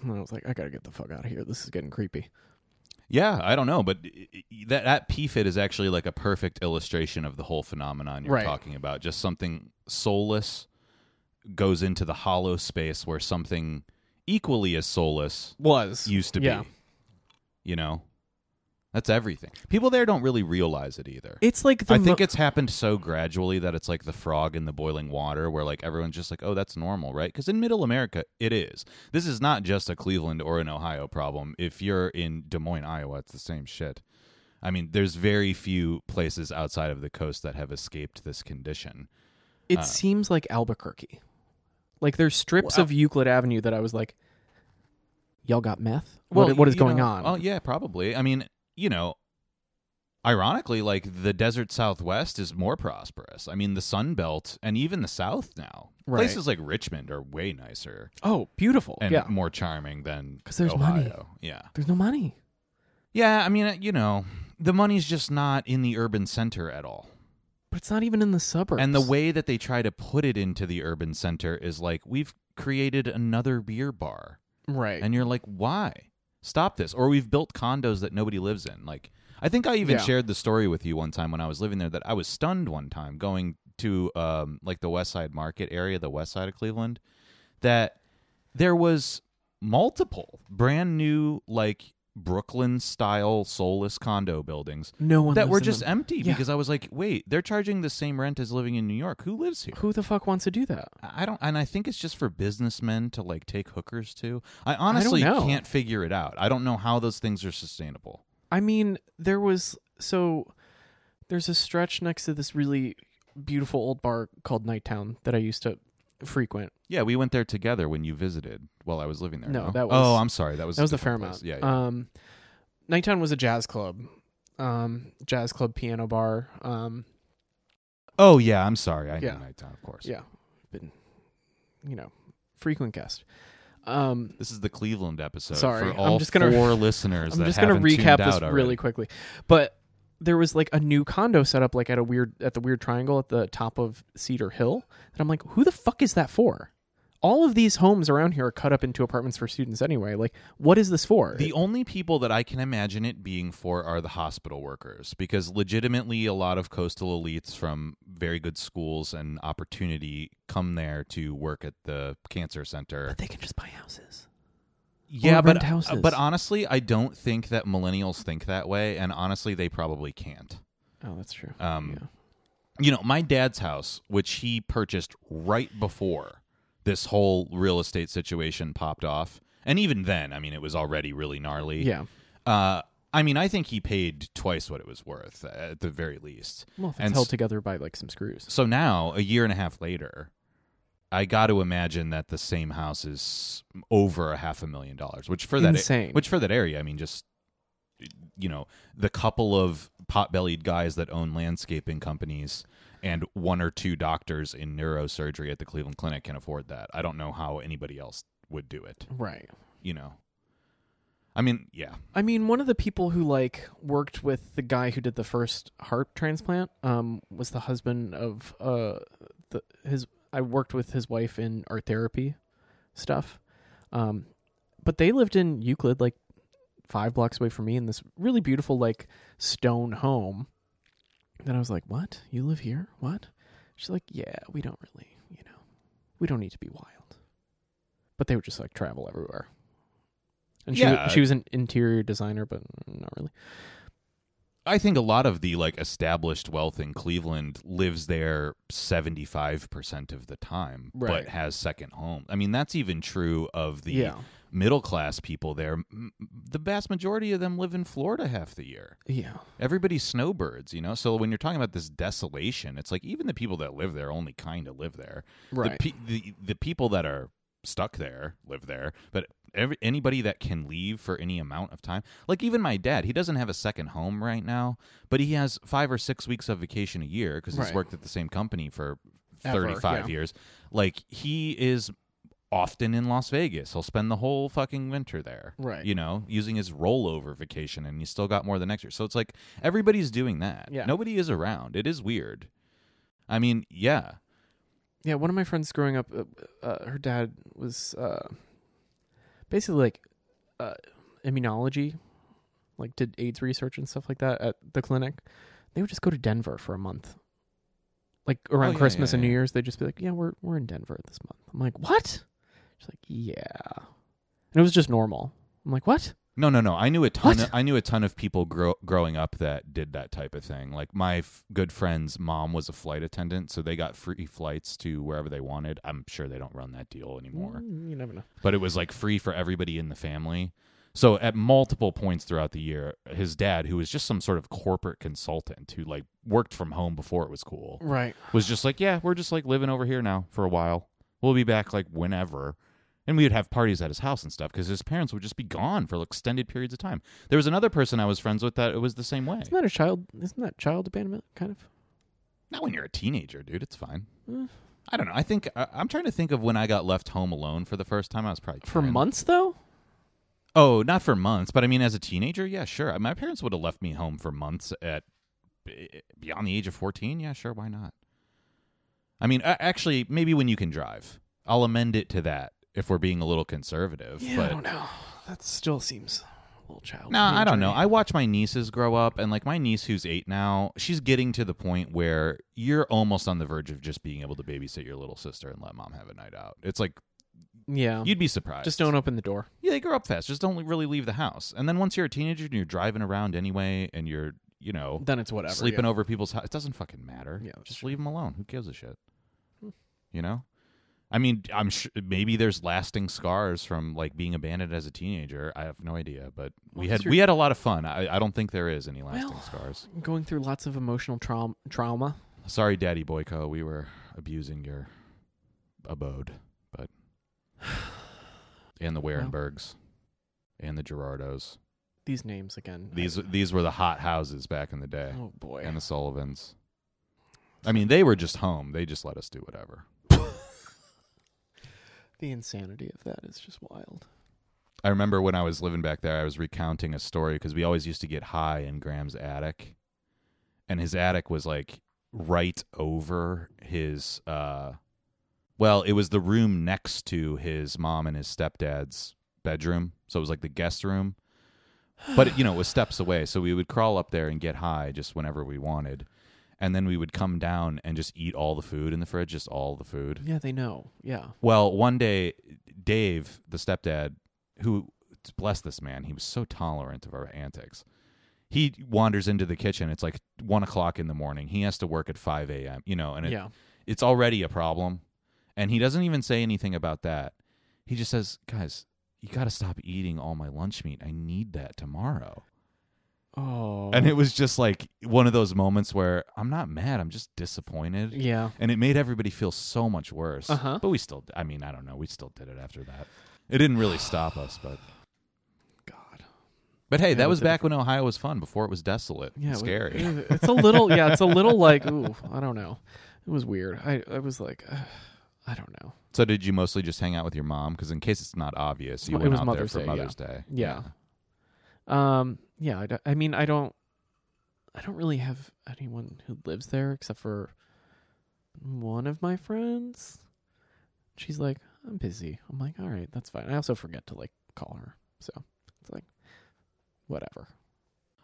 Speaker 1: and i was like i gotta get the fuck out of here this is getting creepy
Speaker 3: Yeah, I don't know, but i- i- that that PFIT is actually like a perfect illustration of the whole phenomenon you're
Speaker 1: Right.
Speaker 3: talking about. Just something soulless goes into the hollow space where something equally as soulless
Speaker 1: was
Speaker 3: used to
Speaker 1: Yeah.
Speaker 3: be. You know, that's everything. People there don't really realize it either.
Speaker 1: it's like the
Speaker 3: I think
Speaker 1: mo-
Speaker 3: it's happened so gradually that it's like the frog in the boiling water, where like everyone's just like, "Oh, that's normal, right?" Because in Middle America, it is. This is not just a Cleveland or an Ohio problem. If you're in Des Moines, Iowa, it's the same shit. I mean, there's very few places outside of the coast that have escaped this condition. uh.
Speaker 1: it seems like albuquerque like there's strips
Speaker 3: Well,
Speaker 1: of euclid avenue that i was like y'all got meth what, what is
Speaker 3: you
Speaker 1: going
Speaker 3: know-
Speaker 1: on
Speaker 3: Oh yeah, probably. I mean, you know, ironically, like the desert Southwest is more prosperous. I mean, the Sun Belt and even the South now.
Speaker 1: Right.
Speaker 3: Places like Richmond are way nicer
Speaker 1: oh beautiful
Speaker 3: and
Speaker 1: yeah
Speaker 3: more charming than
Speaker 1: 'Cause there's
Speaker 3: Ohio.
Speaker 1: money.
Speaker 3: Yeah,
Speaker 1: There's no money.
Speaker 3: yeah. I mean, uh, you know, the money's just not in the urban center at all.
Speaker 1: But it's not even in the suburbs.
Speaker 3: And the way that they try to put it into the urban center is like we've created another beer bar,
Speaker 1: right.
Speaker 3: and you're like, why? stop this or we've built condos that nobody lives in like i think i even
Speaker 1: Yeah.
Speaker 3: shared the story with you one time when i was living there that i was stunned one time going to um, like the west side market area the west side of cleveland that there was multiple brand new like brooklyn style soulless condo buildings
Speaker 1: No one
Speaker 3: that
Speaker 1: lives
Speaker 3: were
Speaker 1: in
Speaker 3: just
Speaker 1: them.
Speaker 3: empty
Speaker 1: Yeah.
Speaker 3: because i was like wait they're charging the same rent as living in new york who lives here
Speaker 1: Who the fuck wants to do that?
Speaker 3: I don't, and I think it's just for businessmen to like take hookers to. I honestly
Speaker 1: know.
Speaker 3: can't figure it out. I don't know how those things are sustainable.
Speaker 1: I mean, there was so there's a stretch next to this really beautiful old bar called Nighttown that I used to frequent.
Speaker 3: Yeah, we went there together when you visited while I was living there.
Speaker 1: No,
Speaker 3: No,
Speaker 1: that
Speaker 3: Oh,
Speaker 1: was-
Speaker 3: I'm sorry. That was
Speaker 1: That was the
Speaker 3: a different
Speaker 1: Fairmount.
Speaker 3: place. Yeah, yeah.
Speaker 1: Um, Nighttown was a jazz club, um, jazz club piano bar. Um,
Speaker 3: oh yeah, I'm sorry. I
Speaker 1: Yeah.
Speaker 3: knew Nightown, of course.
Speaker 1: yeah, been you know frequent guest. Um,
Speaker 3: This is the Cleveland episode.
Speaker 1: Sorry,
Speaker 3: for
Speaker 1: I'm
Speaker 3: all
Speaker 1: just gonna-
Speaker 3: four listeners.
Speaker 1: I'm
Speaker 3: that
Speaker 1: just gonna
Speaker 3: haven't tuned
Speaker 1: recap this
Speaker 3: out already.
Speaker 1: really quickly, but there was like a new condo set up like at a weird at the weird triangle at the top of Cedar Hill, and I'm like, who the fuck is that for? All of these homes around here are cut up into apartments for students anyway. Like, what is this for?
Speaker 3: The only people that I can imagine it being for are the hospital workers, because legitimately a lot of coastal elites from very good schools and opportunity come there to work at the cancer center.
Speaker 1: but they can just buy houses.
Speaker 3: Yeah,
Speaker 1: or
Speaker 3: but
Speaker 1: rent houses.
Speaker 3: but honestly, I don't think that millennials think that way, and honestly, they probably can't.
Speaker 1: Oh, that's true.
Speaker 3: Um,
Speaker 1: Yeah.
Speaker 3: You know, my dad's house, which he purchased right before this whole real estate situation popped off, and even then, I mean, it was already really gnarly.
Speaker 1: Yeah.
Speaker 3: Uh, I mean, I think he paid twice what it was worth uh, at the very least.
Speaker 1: Well, if it's
Speaker 3: And
Speaker 1: held
Speaker 3: s-
Speaker 1: together by like some screws.
Speaker 3: So now, a year and a half later, I got to imagine that the same house is over a half a million dollars, which for that
Speaker 1: Insane.
Speaker 3: which for that area, I mean, just you know, the couple of pot-bellied guys that own landscaping companies and one or two doctors in neurosurgery at the Cleveland Clinic can afford that. I don't know how anybody else would do it.
Speaker 1: Right.
Speaker 3: You know, I mean, yeah,
Speaker 1: I mean, one of the people who like worked with the guy who did the first heart transplant um, was the husband of uh, the his. I worked with his wife in art therapy stuff, um, but they lived in Euclid, like five blocks away from me, in this really beautiful like stone home. Then I was like, "What? You live here? What?" She's like, "Yeah, we don't really, you know, we don't need to be wild." But they would just like travel everywhere. And she,
Speaker 3: Yeah.
Speaker 1: wa- she was an interior designer, but not really.
Speaker 3: I think a lot of the like established wealth in Cleveland lives there 75% of the time
Speaker 1: Right.
Speaker 3: but has second home. I mean that's even true of the
Speaker 1: yeah,
Speaker 3: middle class people there. M- The vast majority of them live in Florida half the year.
Speaker 1: yeah,
Speaker 3: Everybody's snowbirds, you know? So when you're talking about this desolation, it's like even the people that live there only kind of live there.
Speaker 1: right.
Speaker 3: The, pe- the the people that are stuck there live there, but every anybody that can leave for any amount of time, like even my dad, he doesn't have a second home right now, but he has five or six weeks of vacation a year because he's
Speaker 1: Right.
Speaker 3: worked at the same company for
Speaker 1: Ever,
Speaker 3: thirty five
Speaker 1: yeah.
Speaker 3: years. Like he is often in Las Vegas. He'll spend the whole fucking winter there.
Speaker 1: Right.
Speaker 3: You know, using his rollover vacation and he's still got more the next year. So it's like everybody's doing that.
Speaker 1: Yeah.
Speaker 3: Nobody is around. It is weird. I mean, yeah.
Speaker 1: yeah, one of my friends growing up, uh, uh, her dad was uh, basically like uh, immunology, like did AIDS research and stuff like that at the clinic. They would just go to Denver for a month, like around
Speaker 3: Oh, yeah,
Speaker 1: Christmas
Speaker 3: yeah,
Speaker 1: and New
Speaker 3: yeah.
Speaker 1: Year's. They'd just be like, "Yeah, we're we're in Denver this month." I'm like, "What?" She's like, "Yeah," and it was just normal. I'm like, "What?"
Speaker 3: No, no, no. I knew a ton.
Speaker 1: What?
Speaker 3: Of, I knew a ton of people grow, growing up that did that type of thing. Like my f- good friend's mom was a flight attendant, so they got free flights to wherever they wanted. I'm sure they don't run that deal anymore,
Speaker 1: Mm, You never know.
Speaker 3: but it was like free for everybody in the family. So at multiple points throughout the year, his dad, who was just some sort of corporate consultant who like worked from home before it was cool,
Speaker 1: Right.
Speaker 3: was just like, yeah, we're just like living over here now for a while. We'll be back like whenever. And we would have parties at his house and stuff because his parents would just be gone for extended periods of time. There was another person I was friends with that it was the same way.
Speaker 1: Isn't that a child? Isn't that child abandonment kind of?
Speaker 3: Not when you're a teenager, dude. It's fine. I don't know. I think I, I'm trying to think of when I got left home alone for the first time. I was probably
Speaker 1: For
Speaker 3: 10.
Speaker 1: months though.
Speaker 3: Oh, not for months, but I mean, as a teenager, yeah, sure. Uh, My parents would have left me home for months at eh, beyond the age of 14. Yeah, sure. Why not? I mean, a- actually, maybe when you can drive, I'll amend it to that if we're being a little conservative.
Speaker 1: Yeah, I
Speaker 3: but
Speaker 1: don't know. That still seems little child.
Speaker 3: No, I don't know.
Speaker 1: injury.
Speaker 3: I watch my nieces grow up, and like my niece who's eight now, she's getting to the point where you're almost on the verge of just being able to babysit your little sister and let mom have a night out. It's like
Speaker 1: yeah,
Speaker 3: you'd be surprised.
Speaker 1: Um, just don't open the door.
Speaker 3: Yeah, they grow up fast. Just don't really leave the house. And then once you're a teenager and you're driving around anyway, and you're you know
Speaker 1: Then it's whatever.
Speaker 3: sleeping
Speaker 1: yeah.
Speaker 3: over people's house, it doesn't fucking matter.
Speaker 1: Yeah, Hmm. that's
Speaker 3: just
Speaker 1: true.
Speaker 3: leave them alone. Who gives a shit? You know. I mean, I'm sure maybe there's lasting scars from like being abandoned as a teenager. I have no idea, but we
Speaker 1: Well,
Speaker 3: had
Speaker 1: that's your-
Speaker 3: we had a lot of fun. I, I don't think there is any lasting
Speaker 1: Well-
Speaker 3: scars.
Speaker 1: Going through lots of emotional traum- trauma.
Speaker 3: Sorry, Daddy Boyko, we were abusing your abode,
Speaker 1: [sighs]
Speaker 3: but and the Warenbergs and the Gerardos.
Speaker 1: These names again. I-
Speaker 3: These these were the hot houses back in the day,
Speaker 1: Oh boy.
Speaker 3: and the Sullivans. I mean, they were just home. They just let us do whatever.
Speaker 1: the insanity of that is just wild.
Speaker 3: I remember when I was living back there, I was recounting a story because we always used to get high in Graham's attic, and his attic was like right over his. uh Well, it was the room next to his mom and his stepdad's bedroom, so it was like the guest room, but you know it was steps away. So we would crawl up there and get high just whenever we wanted, and then we would come down and just eat all the food in the fridge, just all the food.
Speaker 1: Yeah, they know. Yeah.
Speaker 3: Well, one day, Dave, the stepdad, who bless this man, he was so tolerant of our antics. He wanders into the kitchen. It's like one o'clock in the morning. He has to work at five a.m. You know, and it,
Speaker 1: yeah.
Speaker 3: it's already a problem. And he doesn't even say anything about that. He just says, "Guys, you got to stop eating all my lunch meat. I need that tomorrow."
Speaker 1: Oh.
Speaker 3: And it was just like one of those moments where I'm not mad. I'm just disappointed.
Speaker 1: Yeah.
Speaker 3: And it made everybody feel so much worse.
Speaker 1: Uh-huh.
Speaker 3: But we still, I mean, I don't know. We still did it after that. It didn't really stop us, but.
Speaker 1: God.
Speaker 3: But hey,
Speaker 1: Yeah,
Speaker 3: that was
Speaker 1: we did it
Speaker 3: back when Ohio was fun, before it was desolate
Speaker 1: Yeah.
Speaker 3: and
Speaker 1: it-
Speaker 3: scary.
Speaker 1: it- [laughs] it's a little. Yeah. It's a little like.
Speaker 3: [laughs]
Speaker 1: Ooh. I don't know. It was weird. I. I was like. Uh, I don't know.
Speaker 3: so did you mostly just hang out with your mom? Because in case it's not obvious, you
Speaker 1: It
Speaker 3: went
Speaker 1: was
Speaker 3: out
Speaker 1: Mother's
Speaker 3: there
Speaker 1: Day, yeah.
Speaker 3: for Mother's Day.
Speaker 1: Yeah. Um. Yeah. I, d- I mean, I don't. I don't really have anyone who lives there except for one of my friends. She's like, I'm busy. I'm like, all right, that's fine. I also forget to like call her, so it's like, whatever.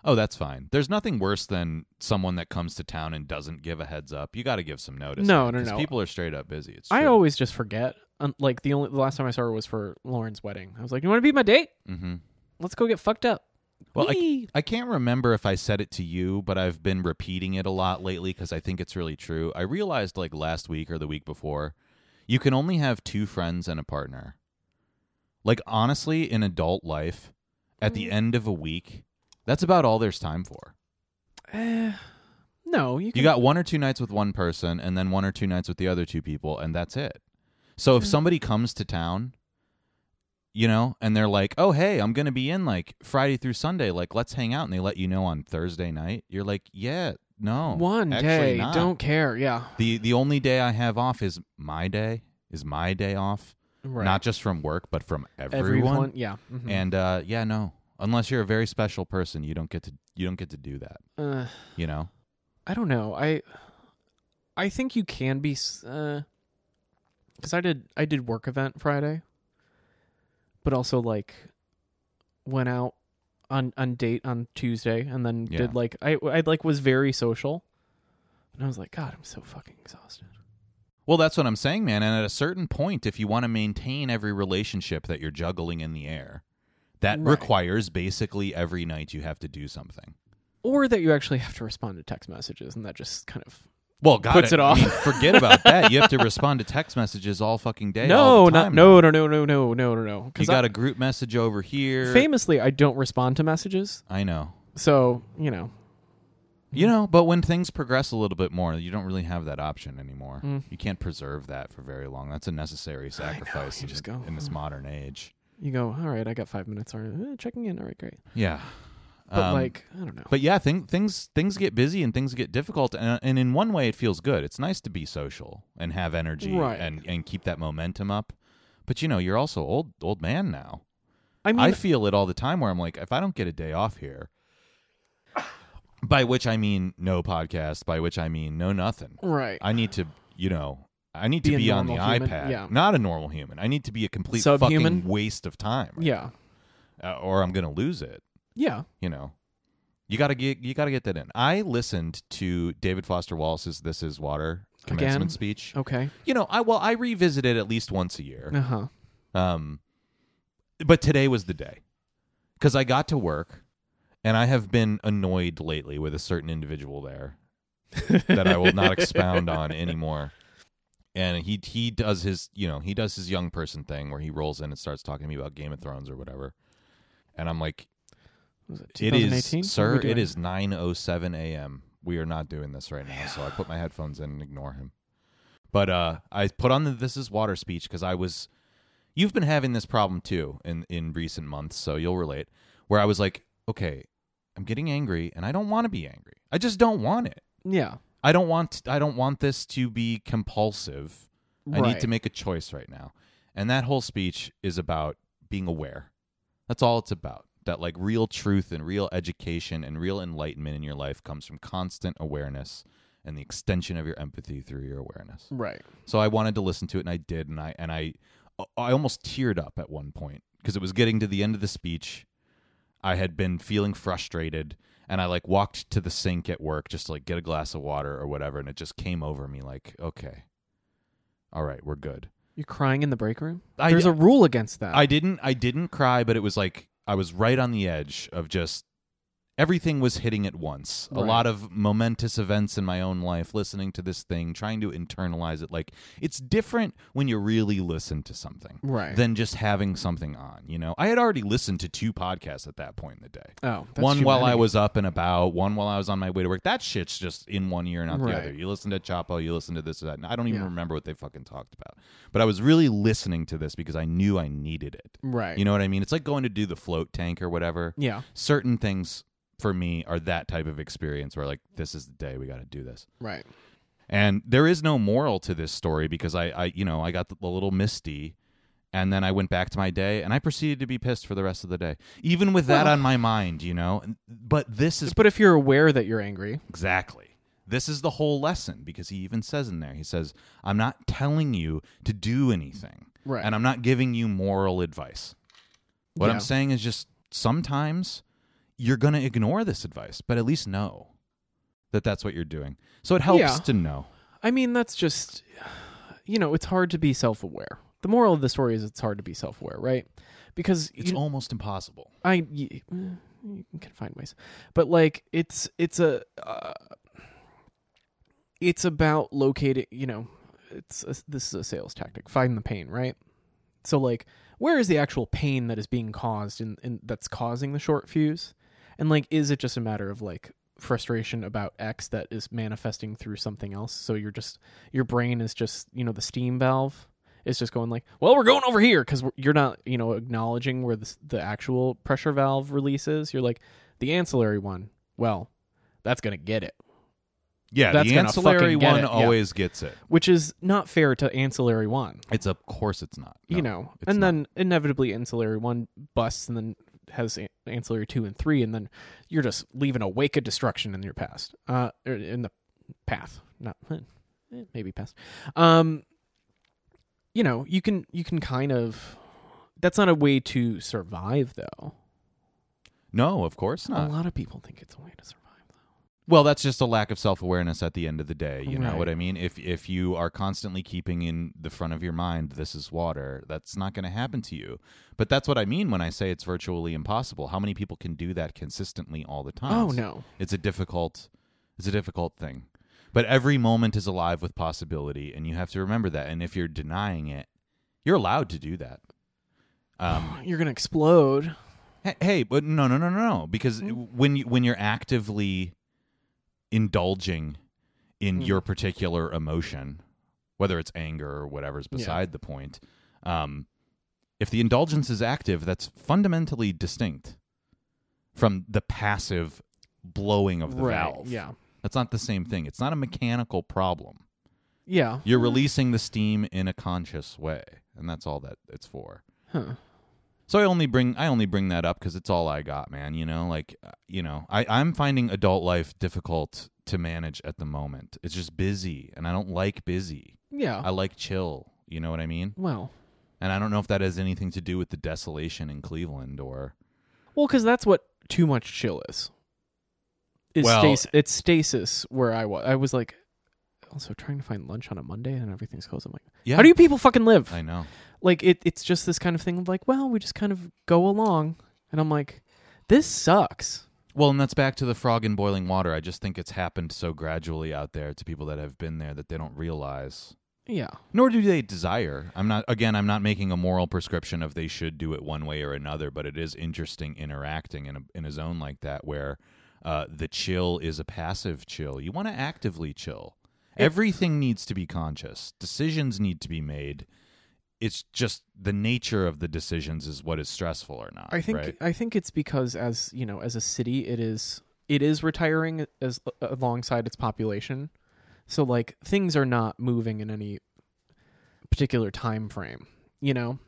Speaker 3: Oh, that's fine. There's nothing worse than someone that comes to town and doesn't give a heads up. You got to give some notice.
Speaker 1: No,
Speaker 3: man,
Speaker 1: no,
Speaker 3: 'cause
Speaker 1: no.
Speaker 3: People are straight up busy. It's
Speaker 1: I always just forget. Um, like the only the last time I saw her was for Lauren's wedding. I was like, you want to be my date?
Speaker 3: hmm
Speaker 1: Let's go get fucked up.
Speaker 3: Well, I,
Speaker 1: Whee!
Speaker 3: I can't remember if I said it to you, but I've been repeating it a lot lately because I think it's really true. I realized like last week or the week before, you can only have two friends and a partner. Like, honestly, in adult life, at the end of a week, that's about all there's time for.
Speaker 1: Eh, no, you,
Speaker 3: You
Speaker 1: can,
Speaker 3: got one or two nights with one person and then one or two nights with the other two people, and that's it. So
Speaker 1: Mm.
Speaker 3: if somebody comes to town, you know, and they're like, oh, hey, I'm going to be in like Friday through Sunday, like, let's hang out, and they let you know on Thursday night, you're like, yeah, no.
Speaker 1: one
Speaker 3: actually
Speaker 1: day.
Speaker 3: not.
Speaker 1: Don't care. Yeah,
Speaker 3: The, the only day I have off is my day, is my day off,
Speaker 1: right.
Speaker 3: not just from work, but from everyone.
Speaker 1: Yeah. mhm.
Speaker 3: And uh, yeah, no. Unless you're a very special person, you don't get to you don't get to do that,
Speaker 1: Uh,
Speaker 3: you know.
Speaker 1: I don't know. I I think you can be s- uh 'cause I did I did work event Friday. But also like went out on on date on Tuesday and then
Speaker 3: Yeah.
Speaker 1: did like I I like was very social. And I was like god, I'm so fucking exhausted.
Speaker 3: Well, that's what I'm saying, man. And at a certain point, if you want to maintain every relationship that you're juggling in the air, that
Speaker 1: Right.
Speaker 3: requires basically every night you have to do something.
Speaker 1: Or that you actually have to respond to text messages and that just kind of
Speaker 3: Well, God,
Speaker 1: Puts it
Speaker 3: I
Speaker 1: off.
Speaker 3: mean, forget
Speaker 1: [laughs]
Speaker 3: about that. You have to respond to text messages all fucking day. all
Speaker 1: No,
Speaker 3: the
Speaker 1: not
Speaker 3: time
Speaker 1: no,
Speaker 3: now.
Speaker 1: no, no, no, no, no, no, no. 'Cause
Speaker 3: You got a group message over
Speaker 1: I,
Speaker 3: here.
Speaker 1: famously I don't respond to messages.
Speaker 3: I know.
Speaker 1: So, you know, Mm.
Speaker 3: You know, but when things progress a little bit more, you don't really have that option anymore. You can't preserve that for very long. That's a necessary sacrifice
Speaker 1: Mm. you
Speaker 3: in,
Speaker 1: just go,
Speaker 3: in this modern age.
Speaker 1: you go, all right, I got five minutes. All right, eh, checking in. All right, great.
Speaker 3: Yeah.
Speaker 1: But
Speaker 3: Um,
Speaker 1: like, I don't know.
Speaker 3: But yeah, thing, things things get busy and things get difficult, and, uh, and in one way, it feels good. It's nice to be social and have energy
Speaker 1: Right.
Speaker 3: and and keep that momentum up. But you know, you're also old old man now.
Speaker 1: I mean,
Speaker 3: I feel it all the time where I'm like, if I don't get a day off here, by which I mean no podcast, by which I mean no nothing.
Speaker 1: right.
Speaker 3: I need to, you know, I need
Speaker 1: Be
Speaker 3: to
Speaker 1: a
Speaker 3: be on the
Speaker 1: normal human,
Speaker 3: iPad,
Speaker 1: yeah.
Speaker 3: not a normal human. I need to be a complete
Speaker 1: Subhuman?
Speaker 3: fucking waste of time,
Speaker 1: yeah.
Speaker 3: uh, or I'm gonna lose it.
Speaker 1: Yeah.
Speaker 3: you know you got to get you got to get that in i listened to david foster wallace's this is water
Speaker 1: Again? Oh.
Speaker 3: commencement speech
Speaker 1: Okay.
Speaker 3: you know i well i revisit it at least once a year
Speaker 1: Uh huh.
Speaker 3: um but today was the day because i got to work and i have been annoyed lately with a certain individual there [laughs] that i will not expound on anymore and he he does his you know he does his young person thing where he rolls in and starts talking to me about game of thrones or whatever and i'm like
Speaker 1: [laughs] Was it
Speaker 3: it
Speaker 1: 2018? What
Speaker 3: is,
Speaker 1: are
Speaker 3: sir.
Speaker 1: we doing?
Speaker 3: It is nine oh seven a.m. We are not doing this right now, so I put my headphones in and ignore him. But uh, I put on the "This Is Water" speech because I was. You've been having this problem too in in recent months, so you'll relate. Where I was like, okay, I'm getting angry, and I don't want to be angry. I just don't want it.
Speaker 1: Yeah.
Speaker 3: I don't want. I don't want this to be compulsive. I need
Speaker 1: Right.
Speaker 3: to make a choice right now. And that whole speech is about being aware. That's all it's about. That like real truth and real education and real enlightenment in your life comes from constant awareness and the extension of your empathy through your awareness.
Speaker 1: Right.
Speaker 3: So I wanted to listen to it and I did and I and I I almost teared up at one point because it was getting to the end of the speech. I had been feeling frustrated and I like walked to the sink at work just to like get a glass of water or whatever and it just came over me like, okay. All right, we're good.
Speaker 1: You're crying in the break room.
Speaker 3: I-
Speaker 1: There's a rule against that.
Speaker 3: I didn't I didn't cry, but it was like I was right on the edge of just everything was hitting at once. A
Speaker 1: Right.
Speaker 3: lot of momentous events in my own life, listening to this thing, trying to internalize it. Like it's different when you really listen to something
Speaker 1: right.
Speaker 3: than just having something on, you know. I had already listened to two podcasts at that point in the day.
Speaker 1: oh, that's
Speaker 3: one
Speaker 1: too
Speaker 3: while I
Speaker 1: many.
Speaker 3: was up and about, one while I was on my way to work. That shit's just in one ear and out
Speaker 1: Right.
Speaker 3: the other. You listen to Chapo, you listen to this or that. And I don't even
Speaker 1: Yeah.
Speaker 3: remember what they fucking talked about. But I was really listening to this because I knew I needed it.
Speaker 1: Right.
Speaker 3: You know what I mean? It's like going to do the float tank or whatever.
Speaker 1: Yeah.
Speaker 3: Certain things for me are that type of experience where like this is the day we got to do this.
Speaker 1: Right.
Speaker 3: And there is no moral to this story because I, I you know, I got a little misty and then I went back to my day and I proceeded to be pissed for the rest of the day. Even with that
Speaker 1: Well-
Speaker 3: on my mind, you know. And- But this is
Speaker 1: But if you're aware that you're angry,
Speaker 3: Exactly. This is the whole lesson because he even says in there, he says, I'm not telling you to do anything.
Speaker 1: Right.
Speaker 3: And I'm not giving you moral advice. What
Speaker 1: Yeah.
Speaker 3: I'm saying is just sometimes you're going to ignore this advice, but at least know that that's what you're doing. So it helps
Speaker 1: Yeah.
Speaker 3: to know.
Speaker 1: I mean, that's just, you know, it's hard to be self aware. The moral of the story is it's hard to be self aware, right? Because
Speaker 3: It's
Speaker 1: you,
Speaker 3: almost impossible.
Speaker 1: I, y- mm, you can find ways, but like it's it's a uh, it's about locating. You know, it's a, this is a sales tactic. Find the pain, right? So like, where is the actual pain that is being caused and and that's causing the short fuse? And like, is it just a matter of like frustration about X that is manifesting through something else? So you're just your brain is just you know the steam valve is just going like, well, we're going over here because you're not you know acknowledging where the the actual pressure valve release is. You're like the ancillary one. Well, that's gonna get it,
Speaker 3: Yeah,
Speaker 1: That's
Speaker 3: the
Speaker 1: gonna
Speaker 3: ancillary
Speaker 1: fucking get
Speaker 3: one
Speaker 1: it, yeah.
Speaker 3: always gets it.
Speaker 1: which is not fair to ancillary one.
Speaker 3: It's of course it's not.
Speaker 1: you
Speaker 3: No,
Speaker 1: know,
Speaker 3: it's
Speaker 1: and
Speaker 3: not.
Speaker 1: then inevitably ancillary one busts and then has an- ancillary two and three, and then you're just leaving a wake of destruction in your past, uh, er, in the path, not [laughs] eh, maybe past. Um, you know, you can you can kind of. That's not a way to survive, though.
Speaker 3: no, of course
Speaker 1: A
Speaker 3: not.
Speaker 1: lot of people think it's a way to survive.
Speaker 3: Well, that's just a lack of self awareness at the end of the day. You know
Speaker 1: Right.
Speaker 3: what I mean? If if you are constantly keeping in the front of your mind, this is water, that's not going to happen to you. But that's what I mean when I say it's virtually impossible. How many people can do that consistently all the time?
Speaker 1: Oh no,
Speaker 3: It's a difficult it's a difficult thing. But every moment is alive with possibility and you have to remember that. And if you're denying it, you're allowed to do that. Um
Speaker 1: [gasps] you're gonna explode.
Speaker 3: Hey, hey, but no, no, no, no, no. Because
Speaker 1: Hmm?
Speaker 3: when you when you're actively indulging in
Speaker 1: Mm.
Speaker 3: your particular emotion, whether it's anger or whatever's
Speaker 1: Yeah.
Speaker 3: beside the point, um, if the indulgence is active, that's fundamentally distinct from the passive blowing of the
Speaker 1: right?
Speaker 3: valve.
Speaker 1: Yeah,
Speaker 3: that's not the same thing. It's not a mechanical problem.
Speaker 1: yeah.
Speaker 3: You're releasing the steam in a conscious way, and that's all that it's for.
Speaker 1: Huh.
Speaker 3: So I only bring I only bring that up because it's all I got, man. You know, like uh, you know, I I'm finding adult life difficult to manage at the moment. It's just busy, and I don't like busy.
Speaker 1: Yeah.
Speaker 3: I like chill. You know what I mean?
Speaker 1: well,
Speaker 3: And I don't know if that has anything to do with the desolation in Cleveland or
Speaker 1: Well, because that's what too much chill is. Is
Speaker 3: Well-
Speaker 1: stas- it's stasis where I was. I was like, also trying to find lunch on a Monday and everything's closed. I'm like,
Speaker 3: Yeah.
Speaker 1: how do you people fucking live?
Speaker 3: I know.
Speaker 1: like it, it's just this kind of thing of like, well, we just kind of go along, and I'm like, this sucks.
Speaker 3: Well, and that's back to the frog in boiling water. I just think it's happened so gradually out there to people that have been there that they don't realize.
Speaker 1: Yeah,
Speaker 3: Nor do they desire. I'm not again, I'm not making a moral prescription of they should do it one way or another, but it is interesting interacting in a in a zone like that where uh, the chill is a passive chill. You want to actively chill. Everything needs to be conscious. Decisions need to be made. It's just the nature of the decisions is what is stressful or not.
Speaker 1: I think
Speaker 3: right?
Speaker 1: I think it's because as you know, as a city, it is it is retiring as alongside its population, so like things are not moving in any particular time frame. You know,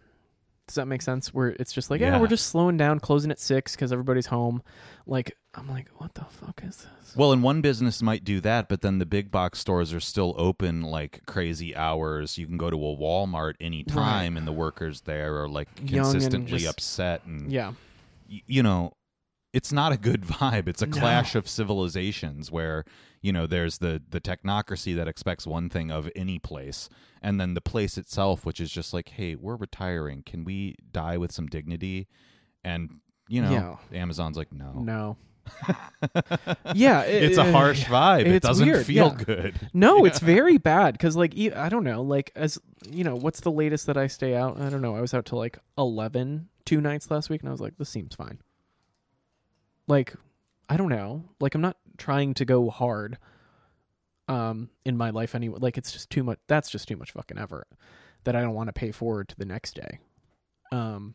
Speaker 1: does that make sense? Where it's just like, yeah,
Speaker 3: Yeah.
Speaker 1: we're just slowing down, closing at six because everybody's home. Like I'm like, what the fuck is this?
Speaker 3: Well, and one business might do that, but then the big box stores are still open like crazy hours. You can go to a Walmart anytime, and the workers there are like
Speaker 1: Young and
Speaker 3: consistently
Speaker 1: just-
Speaker 3: upset. And,
Speaker 1: Yeah,
Speaker 3: y- you know, it's not a good [laughs] vibe. It's a
Speaker 1: No.
Speaker 3: clash of civilizations where, you know, there's the, the technocracy that expects one thing of any place, and then the place itself, which is just like, hey, we're retiring. Can we die with some dignity? And, you know, Amazon's like, no. [laughs]
Speaker 1: no. yeah, it-
Speaker 3: Oh. It's
Speaker 1: [laughs]
Speaker 3: a
Speaker 1: it-
Speaker 3: harsh vibe. It
Speaker 1: It's
Speaker 3: doesn't
Speaker 1: weird,
Speaker 3: feel
Speaker 1: yeah.
Speaker 3: good.
Speaker 1: No, it's very bad because like e- I don't know, like as you know, what's the latest that I stay out? I don't know. I was out till like eleven two nights last week, and I was like, this seems fine. Like, I don't know. Like I'm not trying to go hard. Um, in my life anyway, like it's just too much. That's just too much fucking effort that I don't want to pay forward to the next day. Um,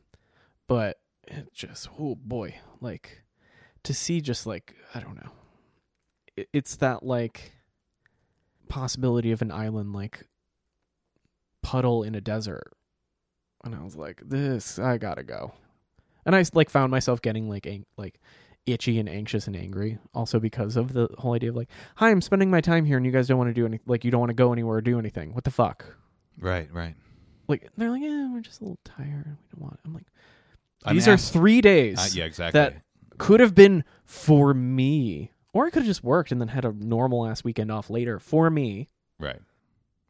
Speaker 1: but it just oh boy, like to see just like I don't know. It, it's that like possibility of an island like puddle in a desert and i was like this i gotta go and i like found myself getting like ang- like itchy and anxious and angry also because of the whole idea of like hi i'm spending my time here and you guys don't want to do any like you don't want to go anywhere or do anything what the fuck
Speaker 3: Right, right.
Speaker 1: like they're like yeah we're just a little tired we don't want i'm like
Speaker 3: I'm
Speaker 1: these are
Speaker 3: ask-
Speaker 1: three days
Speaker 3: Uh, yeah, exactly.
Speaker 1: that- could have been for me or i could have just worked and then had a normal ass weekend off later for me
Speaker 3: right,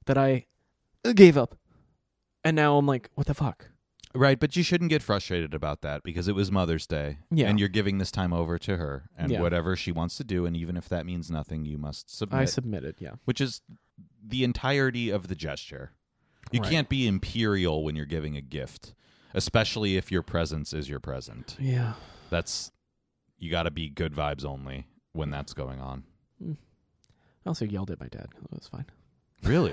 Speaker 1: that I gave up. And now I'm like, what the fuck?
Speaker 3: right. But you shouldn't get frustrated about that because it was Mother's Day,
Speaker 1: Yeah.
Speaker 3: and you're giving this time over to her and
Speaker 1: Yeah.
Speaker 3: whatever she wants to do, and even if that means nothing, you must submit,
Speaker 1: I submitted, yeah.
Speaker 3: which is the entirety of the gesture. You
Speaker 1: Right.
Speaker 3: can't be imperial when you're giving a gift, especially if your presence is your present.
Speaker 1: Yeah.
Speaker 3: That's you got to be good vibes only when that's
Speaker 1: [laughs]
Speaker 3: going on.
Speaker 1: I also yelled at my dad. It was fine.
Speaker 3: Really?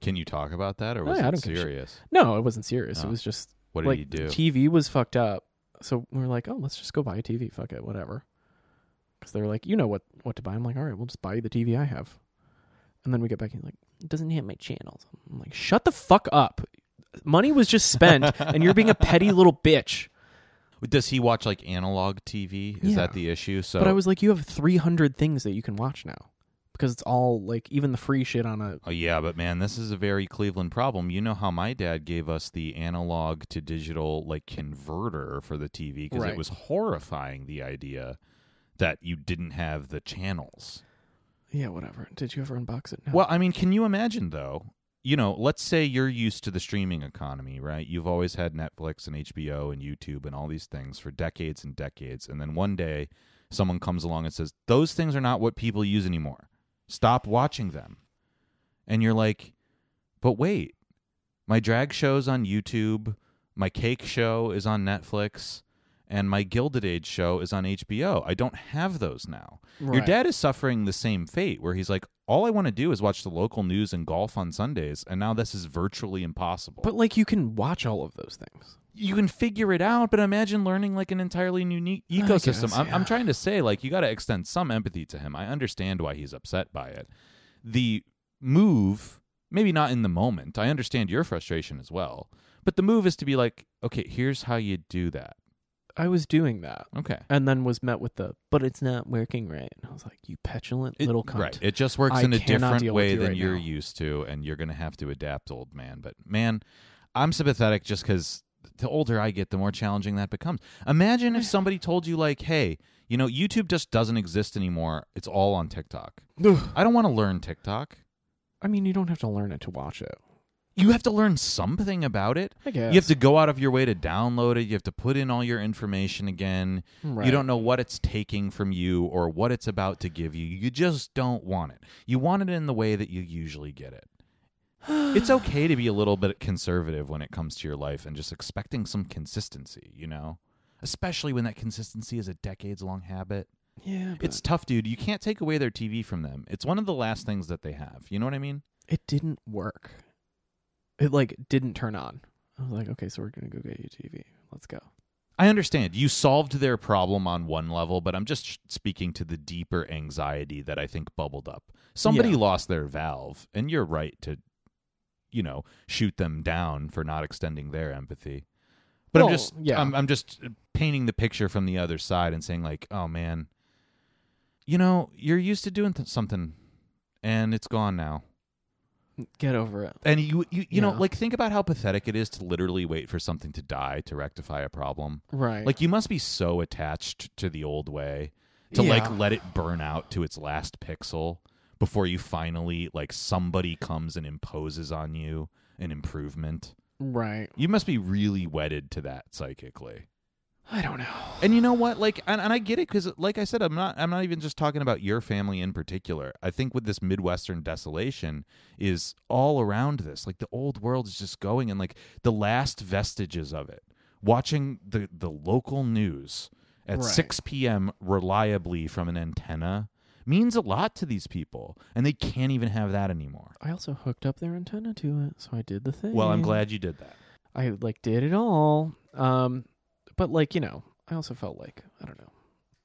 Speaker 3: Can you talk about that, or
Speaker 1: Oh,
Speaker 3: was
Speaker 1: yeah, I
Speaker 3: it
Speaker 1: don't give a shit.
Speaker 3: serious?
Speaker 1: No, it wasn't serious.
Speaker 3: Oh.
Speaker 1: It was just
Speaker 3: What did
Speaker 1: like
Speaker 3: he do?
Speaker 1: TV was fucked up. So we were like, oh, let's just go buy a TV. Fuck it, whatever. Because they were like, you know what what to buy. I'm like, all right, we'll just buy the TV I have. And then we get back and he's like, it doesn't have my channels. I'm like, shut the fuck up. Money was just spent, and you're being a petty little bitch.
Speaker 3: Does he watch like analog TV? Is
Speaker 1: Yeah.
Speaker 3: that the issue? So
Speaker 1: But I was like, you have 300 things that you can watch now because it's all like even the free shit on a
Speaker 3: Oh yeah, but man, this is a very Cleveland problem. You know how my dad gave us the analog to digital like converter for the TV because
Speaker 1: Right.
Speaker 3: it was horrifying the idea that you didn't have the channels.
Speaker 1: yeah whatever. Did you ever unbox it? No.
Speaker 3: Well, I mean, can you imagine though? You know, let's say you're used to the streaming economy, right? You've always had Netflix and HBO and YouTube and all these things for decades and decades. And then one day someone comes along and says, those things are not what people use anymore. Stop watching them. And you're like, but wait, my drag show's on YouTube, my cake show is on Netflix, and my Gilded Age show is on HBO. I don't have those now. Your
Speaker 1: Right.
Speaker 3: dad is suffering the same fate where he's like, all I want to do is watch the local news and golf on Sundays, and now this is virtually impossible.
Speaker 1: but like you can watch all of those things.
Speaker 3: you can figure it out, but imagine learning like an entirely new ne-
Speaker 1: I
Speaker 3: ecosystem.
Speaker 1: guess,
Speaker 3: I'm, I'm
Speaker 1: yeah.
Speaker 3: trying to say, like, you got to extend some empathy to him. I understand why he's upset by it. The move, maybe not in the moment, I understand your frustration as well, but the move is to be like, okay, here's how you do that.
Speaker 1: I was doing that
Speaker 3: Okay.
Speaker 1: and then was met with the but it's not working right. And I was like, you petulant
Speaker 3: It-
Speaker 1: little cunt.
Speaker 3: Right. It just works
Speaker 1: I
Speaker 3: in a
Speaker 1: cannot
Speaker 3: different
Speaker 1: deal with
Speaker 3: way
Speaker 1: you
Speaker 3: than
Speaker 1: right
Speaker 3: you're
Speaker 1: now.
Speaker 3: used to, and you're going to have to adapt, old man. But man, I'm sympathetic just because the older I get, the more challenging that becomes. Imagine if somebody told you, like, hey, you know, YouTube just doesn't exist anymore. It's all on TikTok. I don't want to learn TikTok.
Speaker 1: [sighs] I mean, you don't have to learn it to watch it.
Speaker 3: You have to learn something about it.
Speaker 1: I guess
Speaker 3: You have to go out of your way to download it. You have to put in all your information again.
Speaker 1: Right.
Speaker 3: You don't know what it's taking from you or what it's about to give you. You just don't want it. You want it in the way that you usually get it. it's okay to be a little bit conservative when it comes to your life and just expecting some consistency, you know? Especially when that consistency is a decades long habit.
Speaker 1: Yeah, but
Speaker 3: It's tough, dude. You can't take away their TV from them. It's one of the last things that they have. You know what I mean?
Speaker 1: it didn't work. It like didn't turn on. I was like, okay, so we're gonna go get you TV. Let's go.
Speaker 3: I understand. You solved their problem on one level, but I'm just sh- speaking to the deeper anxiety that I think bubbled up. Somebody
Speaker 1: Yeah.
Speaker 3: lost their valve, and you're right to, you know, shoot them down for not extending their empathy. But I'm
Speaker 1: Well,
Speaker 3: just,
Speaker 1: yeah.
Speaker 3: I'm, I'm just painting the picture from the other side and saying like, oh man, you know, you're used to doing th- something, and it's gone now.
Speaker 1: Get over it.
Speaker 3: And you, you, you know,
Speaker 1: Yeah.
Speaker 3: like think about how pathetic it is to literally wait for something to die to rectify a problem.
Speaker 1: Right.
Speaker 3: Like you must be so attached to the old way to like
Speaker 1: Yeah.
Speaker 3: let it burn out to its last pixel before you finally like somebody comes and imposes on you an improvement.
Speaker 1: right.
Speaker 3: You must be really wedded to that psychically.
Speaker 1: I don't know.
Speaker 3: And you know what? Like, and, and I get it because, like I said, I'm not. I'm not even just talking about your family in particular. I think with this midwestern desolation is all around this. Like the old world is just going, and like the last vestiges of it. Watching the the local news at
Speaker 1: Right.
Speaker 3: 6 p.m. reliably from an antenna means a lot to these people, and they can't even have that anymore.
Speaker 1: I also hooked up their antenna to it, so I did the thing.
Speaker 3: Well, I'm glad you did that.
Speaker 1: I like did it all. Um, but like you know, I also felt like I don't know.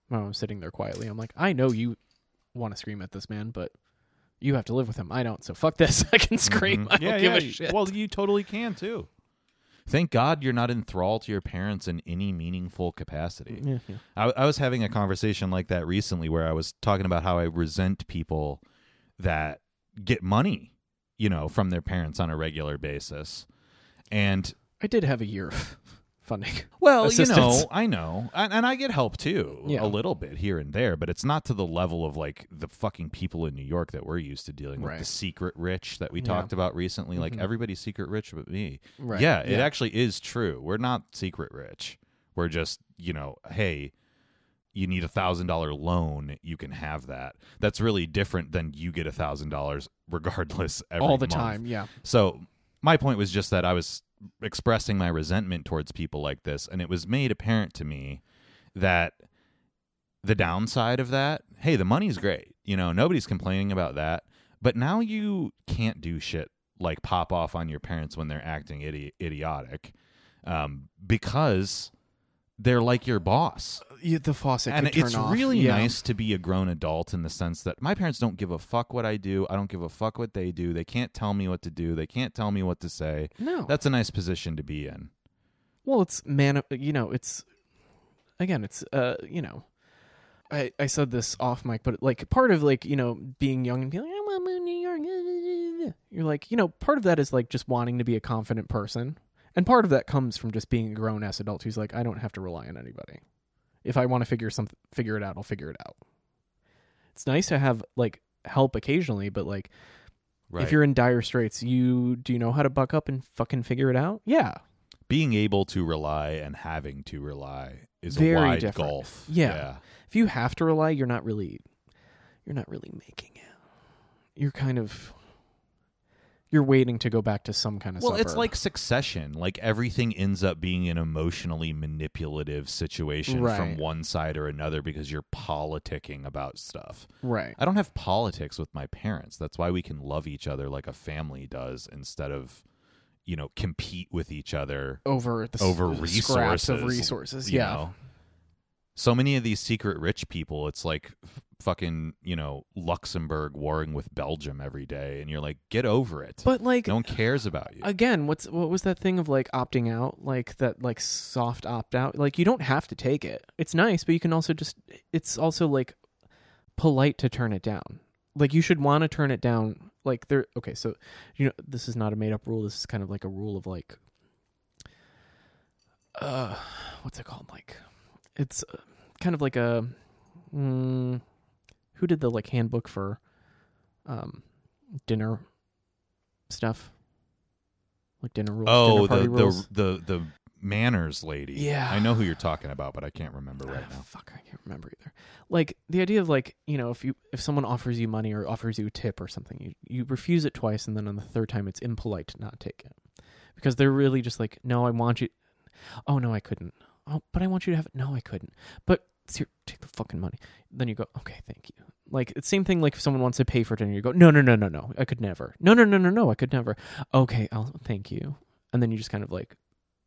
Speaker 1: While I'm sitting there quietly, I'm like, I know you want to scream at this man, but you have to live with him. I don't, so fuck this. [laughs] I can scream.
Speaker 3: Mhm.
Speaker 1: I don't give a shit. [laughs]
Speaker 3: Well, you totally can too. Thank God you're not enthralled to your parents in any meaningful capacity.
Speaker 1: yeah, yeah.
Speaker 3: I, I was having a conversation like that recently where I was talking about how I resent people that get money, you know, from their parents on a regular basis. And
Speaker 1: I did have a year of [laughs] funding.
Speaker 3: well,
Speaker 1: Assistance.
Speaker 3: you know, I know, and, and I get help too,
Speaker 1: Yeah.
Speaker 3: a little bit here and there, but it's not to the level of like the fucking people in New York that we're used to dealing with,
Speaker 1: Right.
Speaker 3: the secret rich that we
Speaker 1: Yeah.
Speaker 3: talked about recently. Like
Speaker 1: Mhm.
Speaker 3: everybody's secret rich but me.
Speaker 1: Right.
Speaker 3: Yeah, it actually is true. We're not secret rich. We're just, you know, hey, you need a thousand dollar loan, you can have that. That's really different than you get a thousand dollars regardless every
Speaker 1: all the
Speaker 3: month.
Speaker 1: time. Yeah.
Speaker 3: So my point was just that I was expressing my resentment towards people like this, and it was made apparent to me that the downside of that, hey, the money's great. You know, nobody's complaining about that. But now you can't do shit like pop off on your parents when they're acting idi- idiotic um, because they're like your boss
Speaker 1: You- the faucet
Speaker 3: and
Speaker 1: could turn
Speaker 3: it's
Speaker 1: off.
Speaker 3: really
Speaker 1: Yeah.
Speaker 3: nice to be a grown adult in the sense that my parents don't give a fuck what I do. I don't give a fuck what they do. They can't tell me what to do. They can't tell me what to say.
Speaker 1: No.
Speaker 3: That's a nice position to be in.
Speaker 1: Well, it's man, you know, it's again, it's uh, you know, I I said this off mic, but like part of like you know being young and being like, I want to move to New York. [laughs] You're like, you know, part of that is like just wanting to be a confident person, and part of that comes from just being a grown ass adult who's like, I don't have to rely on anybody. If I want to figure something, figure it out, I'll figure it out. It's nice to have like help occasionally, but like
Speaker 3: Right.
Speaker 1: if you're in dire straits, you do you know how to buck up and fucking figure it out? Yeah,
Speaker 3: being able to rely and having to rely is
Speaker 1: Very
Speaker 3: a wide
Speaker 1: different.
Speaker 3: gulf.
Speaker 1: Yeah. if you have to rely you're not really you're not really making it you're kind of you're waiting to go back to some kind of
Speaker 3: Well, it's
Speaker 1: suburb.
Speaker 3: like succession. Like everything ends up being an emotionally manipulative situation from
Speaker 1: Right.
Speaker 3: one side or another because you're politicking about stuff.
Speaker 1: right
Speaker 3: I don't have politics with my parents. That's why we can love each other like a family does instead of, you know, compete with each other
Speaker 1: over the s-
Speaker 3: over
Speaker 1: the
Speaker 3: resources.
Speaker 1: scraps of resources
Speaker 3: you
Speaker 1: yeah
Speaker 3: know? So many of these secret rich people, it's like f- fucking, you know, Luxembourg warring with Belgium every day. And you're like, get over it.
Speaker 1: but like
Speaker 3: no one cares about you.
Speaker 1: again what's what was that thing of like opting out like that like soft opt out like you don't have to take it it's nice but you can also just it's also like polite to turn it down like you should want to turn it down like there okay so you know this is not a made up rule this is kind of like a rule of like uh what's it called like it's uh, kind of like a mm, who did the like handbook for um dinner stuff like dinner rules
Speaker 3: Oh,
Speaker 1: dinner party
Speaker 3: the,
Speaker 1: rules
Speaker 3: the the the manners lady.
Speaker 1: Yeah.
Speaker 3: I know who you're talking about, but I can't remember
Speaker 1: [sighs]
Speaker 3: right
Speaker 1: Ah,
Speaker 3: now.
Speaker 1: fuck i can't remember either like the idea of like you know if you if someone offers you money or offers you a tip or something you you refuse it twice and then on the third time it's impolite to not take it because they're really just like no i want you oh no i couldn't oh but i want you to have it no i couldn't but here, take the fucking money then you go okay thank you like it's same thing like if someone wants to pay for dinner you go no no no no no i could never no no no no no i could never okay i'll thank you and then you just kind of like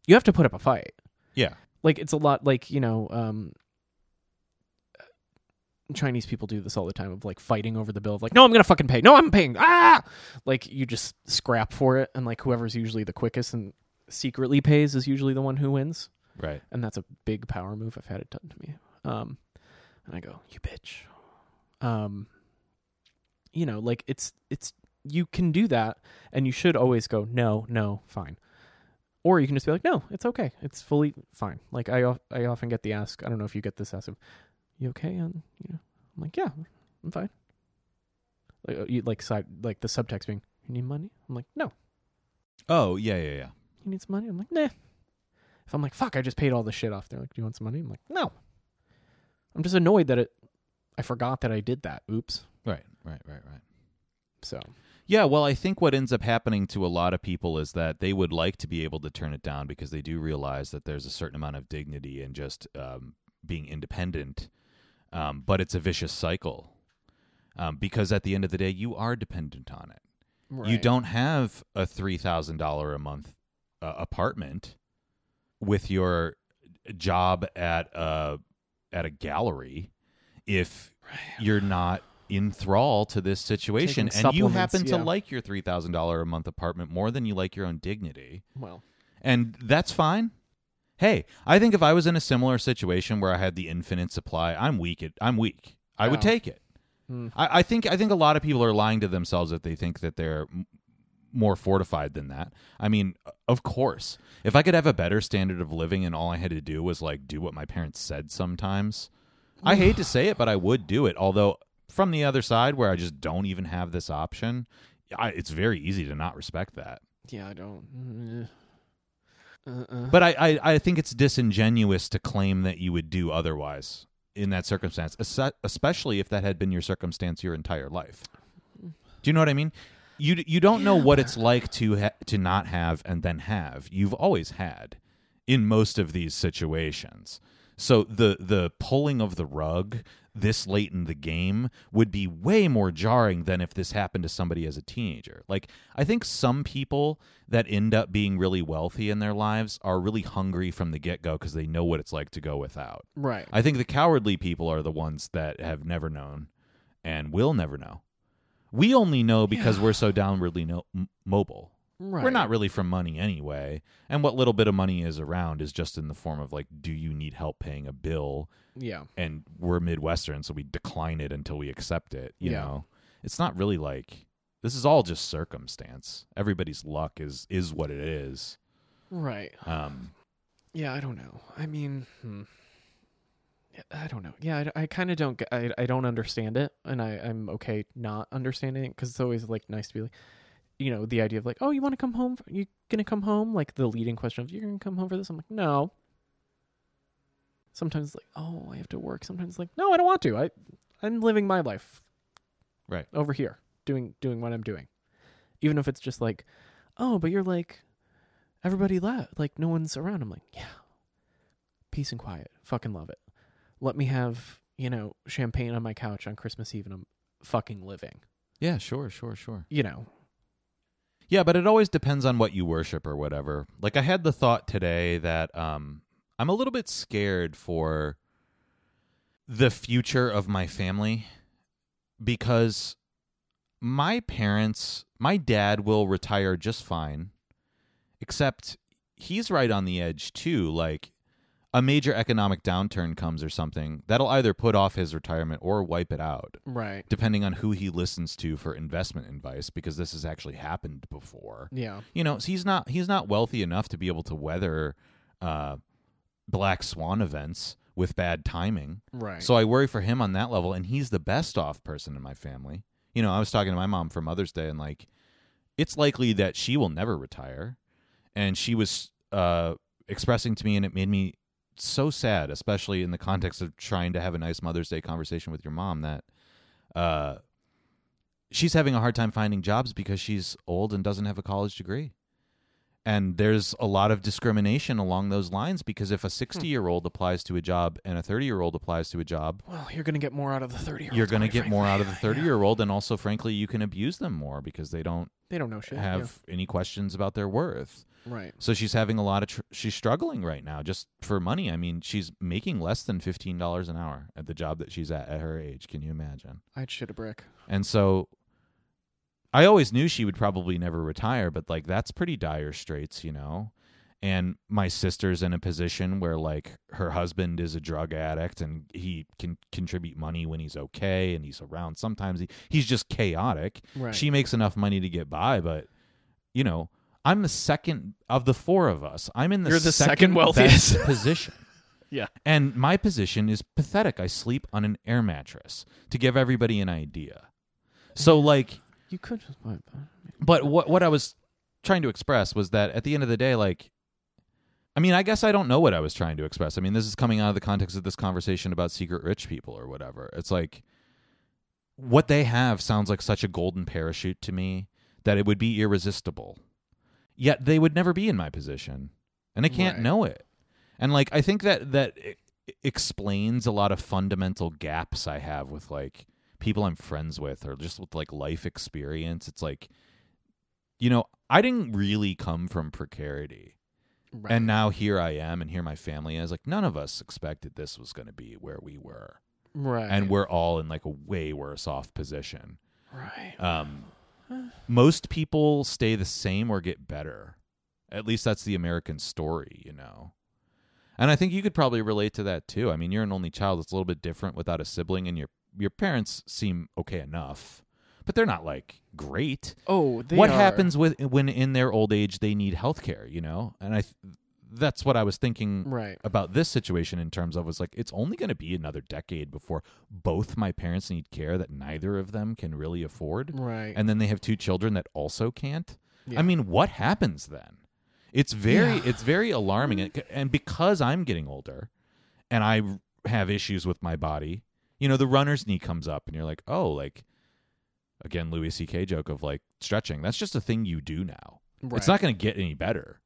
Speaker 1: you have to put up a fight
Speaker 3: Yeah.
Speaker 1: like it's a lot like you know um chinese people do this all the time of like fighting over the bill of like no i'm gonna fucking pay no i'm paying ah like you just scrap for it and like whoever's usually the quickest and secretly pays is usually the one who wins
Speaker 3: Right.
Speaker 1: and that's a big power move i've had it done to me um and i go you bitch um you know like it's it's you can do that and you should always go no no fine or you can just be like no it's okay it's fully fine like i of- i often get the ask i don't know if you get this ask of you okay and you know i'm like yeah i'm fine like uh, you like side like the subtext being you need money i'm like no
Speaker 3: Oh, yeah, yeah, yeah.
Speaker 1: you need some money? I'm like, nah. If I'm like, fuck, I just paid all this shit off. They're like, do you want some money? I'm like, no. I'm just annoyed that it, I forgot that I did that. Oops.
Speaker 3: Right, right, right, right.
Speaker 1: So,
Speaker 3: Yeah, well, I think what ends up happening to a lot of people is that they would like to be able to turn it down because they do realize that there's a certain amount of dignity in just um, being independent. Um, but it's a vicious cycle um, because at the end of the day, you are dependent on it. You don't have a three thousand dollar a month uh, apartment with your job at a at a gallery if you're not in thrall to this situation
Speaker 1: Taking
Speaker 3: and you happen
Speaker 1: supplements,
Speaker 3: to
Speaker 1: yeah.
Speaker 3: like your three thousand dollar a month apartment more than you like your own dignity
Speaker 1: Well,
Speaker 3: and that's fine. Hey, I think if I was in a similar situation where I had the infinite supply, I'm weak. At, I'm weak. I would
Speaker 1: Yeah.
Speaker 3: take it.
Speaker 1: Mm.
Speaker 3: I, I think. I think a lot of people are lying to themselves if they think that they're m- more fortified than that. I mean, of course, if I could have a better standard of living and all I had to do was like do what my parents said sometimes, I hate to say it, but I would do it. Although from the other side, where I just don't even have this option, I, it's very easy to not respect that.
Speaker 1: yeah, I don't. Uh-uh.
Speaker 3: But I, I, I think it's disingenuous to claim that you would do otherwise in that circumstance, es- especially if that had been your circumstance your entire life. Do you know what I mean? You d- you don't know what it's like to ha- to not have and then have. You've always had in most of these situations. So the the pulling of the rug this late in the game would be way more jarring than if this happened to somebody as a teenager. Like I think some people that end up being really wealthy in their lives are really hungry from the get-go because they know what it's like to go without.
Speaker 1: right.
Speaker 3: I think the cowardly people are the ones that have never known and will never know. We only know because we're so downwardly no- m- mobile.
Speaker 1: right.
Speaker 3: We're not really from money anyway, and what little bit of money is around is just in the form of like, do you need help paying a bill?
Speaker 1: Yeah.
Speaker 3: And we're Midwestern, so we decline it until we accept it. You
Speaker 1: Yeah.
Speaker 3: know, it's not really like this is all just circumstance. Everybody's luck is is what it is.
Speaker 1: Right.
Speaker 3: Um,
Speaker 1: Yeah, I don't know. I mean, hmm. Yeah, I don't know. Yeah, I, I kind of don't. g- I I don't understand it, and I I'm okay not understanding it because it's always like nice to be like, you know, the idea of like, oh, you want to come home? For, you gonna come home? Like the leading question of, you're gonna come home for this? I'm like, no. Sometimes it's like, oh, I have to work. Sometimes it's like, no, I don't want to. I I'm living my life,
Speaker 3: Right.
Speaker 1: over here, doing doing what I'm doing, even if it's just like, oh, but you're like, everybody left, like no one's around. I'm like, yeah peace and quiet. Fucking love it. Let me have, you know, champagne on my couch on Christmas Eve and I'm fucking living.
Speaker 3: yeah, sure, sure, sure.
Speaker 1: You know.
Speaker 3: Yeah, but it always depends on what you worship or whatever. Like I had the thought today that um I'm a little bit scared for the future of my family because my parents, my dad will retire just fine. Except he's right on the edge too, like a major economic downturn comes or something, that'll either put off his retirement or wipe it out
Speaker 1: Right.
Speaker 3: depending on who he listens to for investment advice because this has actually happened before
Speaker 1: Yeah.
Speaker 3: you know so he's not he's not wealthy enough to be able to weather uh black swan events with bad timing.
Speaker 1: Right.
Speaker 3: So I worry for him on that level, and he's the best off person in my family. You know, I was talking to my mom for Mother's Day, and like, it's likely that she will never retire. And she was uh, expressing to me, and it made me so sad, especially in the context of trying to have a nice Mother's Day conversation with your mom, that uh, she's having a hard time finding jobs because she's old and doesn't have a college degree. And there's a lot of discrimination along those lines because if a 60 year old applies to a job and a 30 year old applies to a job,
Speaker 1: well, you're gonna get more out of the thirty.
Speaker 3: you're going to get
Speaker 1: [laughs]
Speaker 3: more out of the 30 year old. And also, frankly, you can abuse them more because they don't
Speaker 1: They don't know shit. yeah.
Speaker 3: have any questions about their worth.
Speaker 1: right.
Speaker 3: So she's having a lot of, tr- she's struggling right now just for money. I mean, she's making less than $15 an hour at the job that she's at at her age. Can you imagine?
Speaker 1: I'd shit a brick.
Speaker 3: And so I always knew she would probably never retire, but like that's pretty dire straits, you know? And my sister's in a position where like her husband is a drug addict and he can contribute money when he's okay and he's around. Sometimes he, he's just chaotic.
Speaker 1: Right.
Speaker 3: She makes enough money to get by, but you know, I'm the second of the four of us. I'm in the
Speaker 1: You're the
Speaker 3: second
Speaker 1: second wealthiest. [laughs]
Speaker 3: best position.
Speaker 1: Yeah.
Speaker 3: And my position is pathetic. I sleep on an air mattress to give everybody an idea. So like
Speaker 1: you could just buy that.
Speaker 3: but what what I was trying to express was that at the end of the day like I mean, I guess I don't know what I was trying to express. I mean, this is coming out of the context of this conversation about secret rich people or whatever. It's like what they have sounds like such a golden parachute to me that it would be irresistible. Yet they would never be in my position, and I can't
Speaker 1: Right.
Speaker 3: know it. And like I think that that e- explains a lot of fundamental gaps I have with like people I'm friends with or just with like life experience. It's like you know, I didn't really come from precarity.
Speaker 1: Right.
Speaker 3: And now here I am, and here my family is. Like, none of us expected this was going to be where we were.
Speaker 1: right.
Speaker 3: And we're all in like a way worse off position.
Speaker 1: right.
Speaker 3: Um, most people stay the same or get better. At least that's the American story, you know. And I think you could probably relate to that too. I mean, you're an only child. It's a little bit different without a sibling, and your your parents seem okay enough, but they're not like great
Speaker 1: Oh, they
Speaker 3: what
Speaker 1: are-
Speaker 3: happens with when in their old age they need health care you know and i th- that's what i was thinking
Speaker 1: Right.
Speaker 3: about this situation in terms of was like it's only going to be another decade before both my parents need care that neither of them can really afford
Speaker 1: Right.
Speaker 3: and then they have two children that also can't
Speaker 1: Yeah.
Speaker 3: i mean what happens then it's very
Speaker 1: Yeah.
Speaker 3: it's very alarming and, and because i'm getting older and i have issues with my body you know the runner's knee comes up and you're like oh like again louis ck joke of like stretching that's just a thing you do now
Speaker 1: right.
Speaker 3: it's not going to get any better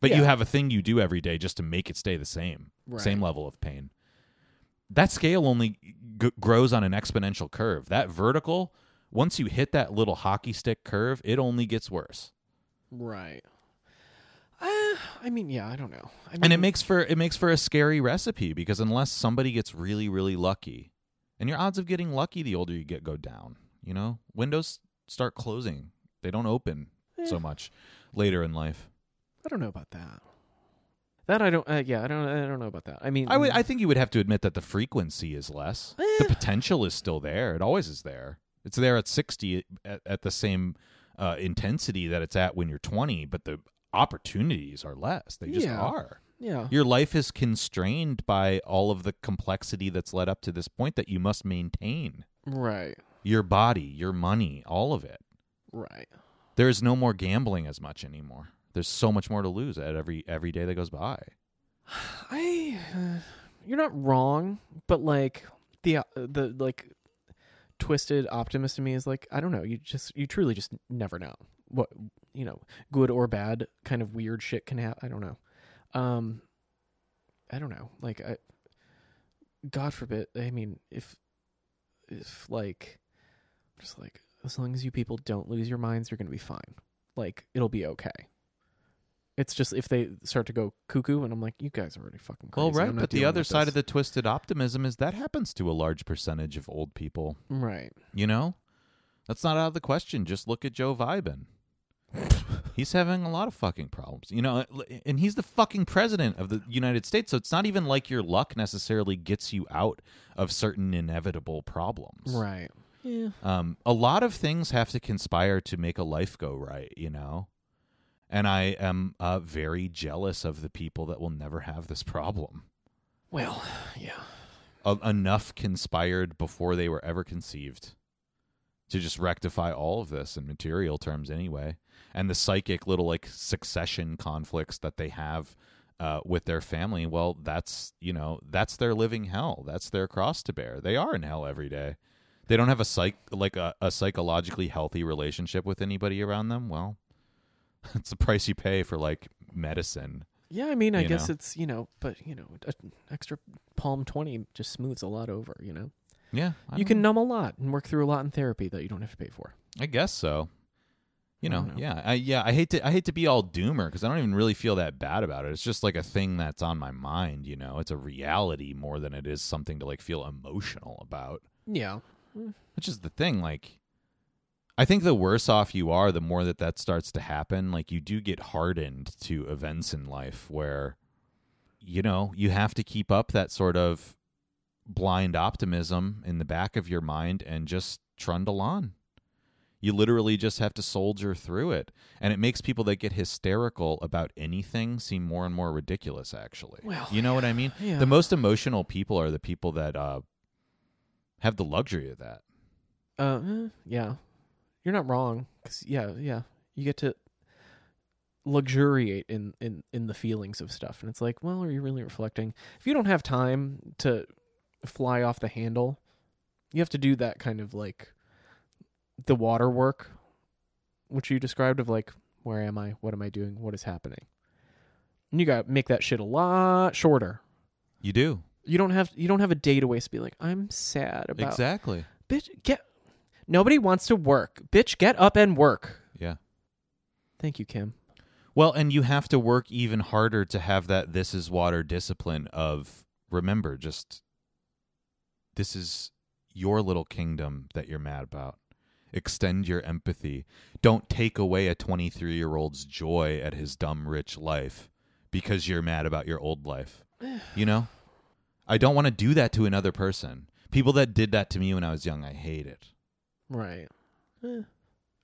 Speaker 3: but you
Speaker 1: Yeah.
Speaker 3: have a thing you do every day just to make it stay the same
Speaker 1: Right.
Speaker 3: same level of pain that scale only g- grows on an exponential curve that vertical once you hit that little hockey stick curve it only gets worse
Speaker 1: right. Uh, I mean, yeah, I don't know. I mean,
Speaker 3: and it makes for it makes for a scary recipe because unless somebody gets really really lucky and your odds of getting lucky the older you get go down you know windows start closing they don't open so much later in life
Speaker 1: eh, I don't know about that. That I don't. Uh, yeah, I don't. I don't know about that. I mean,
Speaker 3: I would. I think you would have to admit that the frequency is
Speaker 1: Eh,
Speaker 3: less. The potential is still there. It always is there. It's there at sixty at, at the same uh, intensity that it's at when you're twenty, but the opportunities are less. They just
Speaker 1: Yeah.
Speaker 3: are.
Speaker 1: yeah.
Speaker 3: Your life is constrained by all of the complexity that's led up to this point that you must maintain.
Speaker 1: Right.
Speaker 3: Your body, your money, all of it.
Speaker 1: Right.
Speaker 3: There is no more gambling as much anymore. There's so much more to lose at every every day that goes by.
Speaker 1: [sighs] I. [sighs] Uh, you're not wrong, but like the uh, the like twisted optimist in me is like I don't know. You just you truly just never know what you know, good or bad kind of weird shit can happen. I don't know. Um, I don't know. Like I, God forbid. I mean, if if like just like as long as you people don't lose your minds, you're gonna be fine. Like it'll be okay. It's just if they start to go cuckoo, and I'm like, you guys are already fucking crazy.
Speaker 3: Well, right,
Speaker 1: I'm not
Speaker 3: but the
Speaker 1: dealing
Speaker 3: other
Speaker 1: with
Speaker 3: side
Speaker 1: this."
Speaker 3: of the twisted optimism is that happens to a large percentage of old people.
Speaker 1: right.
Speaker 3: You know, that's not out of the question. Just look at Joe Vibin. he's having a lot of fucking problems. You know, and he's the fucking president of the United States, so it's not even like your luck necessarily gets you out of certain inevitable problems.
Speaker 1: Right. Yeah.
Speaker 3: Um, a lot of things have to conspire to make a life go right. You know. and I am uh, very jealous of the people that will never have this problem.
Speaker 1: Well, yeah.
Speaker 3: Uh, enough conspired before they were ever conceived to just rectify all of this in material terms, anyway. And the psychic little like succession conflicts that they have uh, with their family, well, that's you know that's their living hell. That's their cross to bear. They are in hell every day. They don't have a psych like a, a psychologically healthy relationship with anybody around them. Well, [laughs] it's the price you pay for like medicine.
Speaker 1: Yeah, I mean, I
Speaker 3: You
Speaker 1: guess
Speaker 3: know?
Speaker 1: it's, you know, but, you know, an extra palm 20 just smooths a lot over, you know?
Speaker 3: Yeah, I
Speaker 1: You
Speaker 3: don't
Speaker 1: can numb a lot and work through a lot in therapy that you don't have to pay for.
Speaker 3: I guess so. You
Speaker 1: I
Speaker 3: know,
Speaker 1: don't know.
Speaker 3: yeah, I, yeah. I hate to, I hate to be all doomer because I don't even really feel that bad about it. It's just like a thing that's on my mind. You know, it's a reality more than it is something to like feel emotional about.
Speaker 1: Yeah.
Speaker 3: Which is the thing. Like, I think the worse off you are, the more that that starts to happen. Like, you do get hardened to events in life where, you know, you have to keep up that sort of blind optimism in the back of your mind and just trundle on. You literally just have to soldier through it. And it makes people that get hysterical about anything seem more and more ridiculous, actually.
Speaker 1: Well,
Speaker 3: you know what I mean?
Speaker 1: yeah.
Speaker 3: The most emotional people are the people that uh, have the luxury of that.
Speaker 1: Uh, eh, yeah. You're not wrong. 'cause, yeah, yeah. You get to luxuriate in, in, in the feelings of stuff. And it's like, well, are you really reflecting? If you don't have time to fly off the handle, you have to do that kind of like the water work, which you described of like, where am I? What am I doing? What is happening? And you got to make that shit a lot shorter.
Speaker 3: You do.
Speaker 1: You don't have you don't have a day to waste to be like I'm sad about
Speaker 3: Exactly.
Speaker 1: bitch get nobody wants to work bitch get up and work
Speaker 3: Yeah.
Speaker 1: thank you kim
Speaker 3: Well, and you have to work even harder to have that this is water discipline of remember just this is your little kingdom that you're mad about. Extend your empathy. Don't take away a 23-year-old's joy at his dumb rich life because you're mad about your old life. You know? I don't want to do that to another person. People that did that to me when I was young, I hate it.
Speaker 1: right Eh,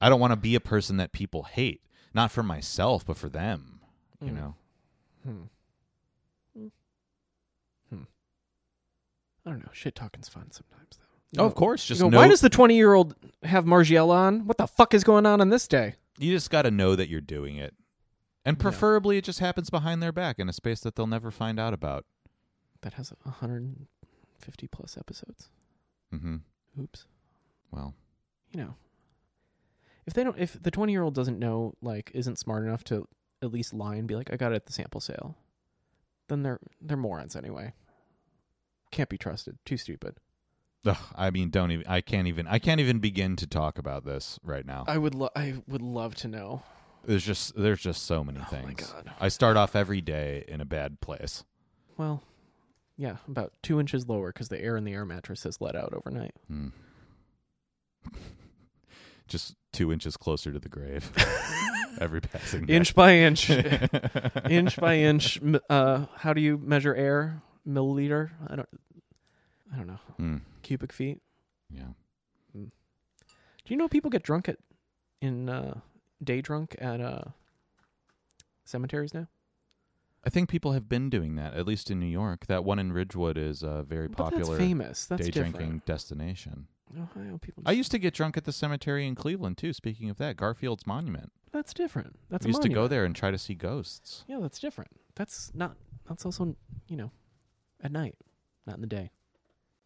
Speaker 3: I don't want to be a person that people hate, not for myself, but for them. You
Speaker 1: Mm.
Speaker 3: know,
Speaker 1: hmm Hmm. Hmm. i don't know shit talking's fun sometimes though You
Speaker 3: Oh,
Speaker 1: know,
Speaker 3: of course,
Speaker 1: you
Speaker 3: just
Speaker 1: go,
Speaker 3: know-
Speaker 1: why does the 20 year old have margiela on what the fuck is going on on this day
Speaker 3: you just got to know that you're doing it, and preferably it just happens behind their back in a space that they'll never find out about.
Speaker 1: that has 150 plus episodes
Speaker 3: hmm
Speaker 1: oops
Speaker 3: Well,
Speaker 1: you know if they don't if the 20 year old doesn't know like isn't smart enough to at least lie and be like i got it at the sample sale then they're they're morons anyway can't be trusted too stupid
Speaker 3: ugh, I mean, don't even. I can't even. I can't even begin to talk about this right now.
Speaker 1: i would lo- i would love to know
Speaker 3: There's just there's just so many
Speaker 1: Oh my
Speaker 3: things.
Speaker 1: God.
Speaker 3: I start off every day in a bad place.
Speaker 1: well yeah about two inches lower because the air in the air mattress has let out overnight [laughs]
Speaker 3: Hmm. [laughs] just two inches closer to the grave. [laughs] every passing day. [laughs]
Speaker 1: inch by inch inch by inch m- uh how do you measure air milliliter i don't i don't know
Speaker 3: Hmm.
Speaker 1: cubic feet
Speaker 3: Yeah.
Speaker 1: Do you know people get drunk at in uh day drunk at uh cemeteries now?
Speaker 3: I think people have been doing that, at least in New York. That one in Ridgewood is a very
Speaker 1: But that's
Speaker 3: popular day
Speaker 1: famous. That's different.
Speaker 3: drinking destination.
Speaker 1: Ohio people.
Speaker 3: I used to get drunk at the cemetery in Cleveland too. Speaking of that, Garfield's Monument.
Speaker 1: that's different. That's
Speaker 3: I used
Speaker 1: a
Speaker 3: to go
Speaker 1: monument.
Speaker 3: there and try to see ghosts.
Speaker 1: Yeah, that's different. That's not. That's also you know, at night, not in the day,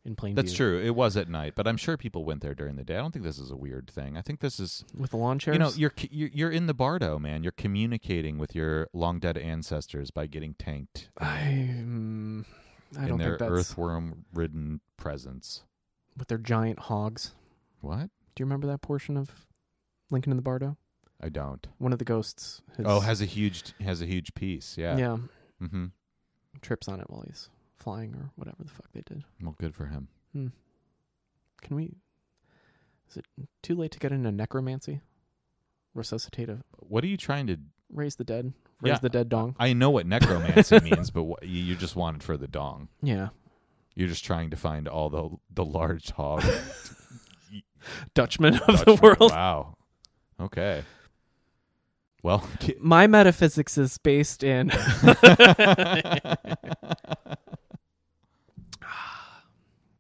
Speaker 1: in plain
Speaker 3: That's
Speaker 1: view.
Speaker 3: true. It was at night, but I'm sure people went there during the day. I don't think this is a weird thing. I think this is
Speaker 1: With the lawn chairs.
Speaker 3: you know you're c- you're you're in the bardo, man. You're communicating with your long dead ancestors by getting tanked
Speaker 1: I. mm, I
Speaker 3: in
Speaker 1: don't
Speaker 3: their
Speaker 1: think that's
Speaker 3: earthworm ridden presence.
Speaker 1: with their giant hogs.
Speaker 3: What?
Speaker 1: Do you remember that portion of Lincoln in the Bardo?
Speaker 3: I don't.
Speaker 1: One of the ghosts. His,
Speaker 3: Oh, has a huge has a huge piece. Yeah.
Speaker 1: yeah
Speaker 3: Mm-hmm.
Speaker 1: trips on it while he's flying or whatever the fuck they did.
Speaker 3: Well, good for him.
Speaker 1: Can we? Is it too late to get into necromancy? Resuscitate a
Speaker 3: What are you trying to?
Speaker 1: raise the dead, raise
Speaker 3: Yeah.
Speaker 1: the dead dong.
Speaker 3: I know
Speaker 1: [laughs]
Speaker 3: what necromancy means, but what, you, you just wanted for the dong.
Speaker 1: Yeah,
Speaker 3: You're just trying to find all the the large hog
Speaker 1: Dutchman [laughs] of the
Speaker 3: Dutchman.
Speaker 1: world.
Speaker 3: Wow. Okay. Well, [laughs]
Speaker 1: [laughs] My metaphysics is based in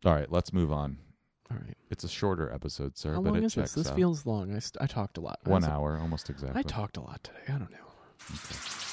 Speaker 3: all right, let's move on.
Speaker 1: All right.
Speaker 3: It's a shorter episode, sir,
Speaker 1: How
Speaker 3: but
Speaker 1: long
Speaker 3: it
Speaker 1: is
Speaker 3: checks
Speaker 1: this? This
Speaker 3: out.
Speaker 1: feels long. I, st- I talked a lot. I
Speaker 3: one
Speaker 1: was-
Speaker 3: hour almost exactly.
Speaker 1: I talked a lot today. I don't know.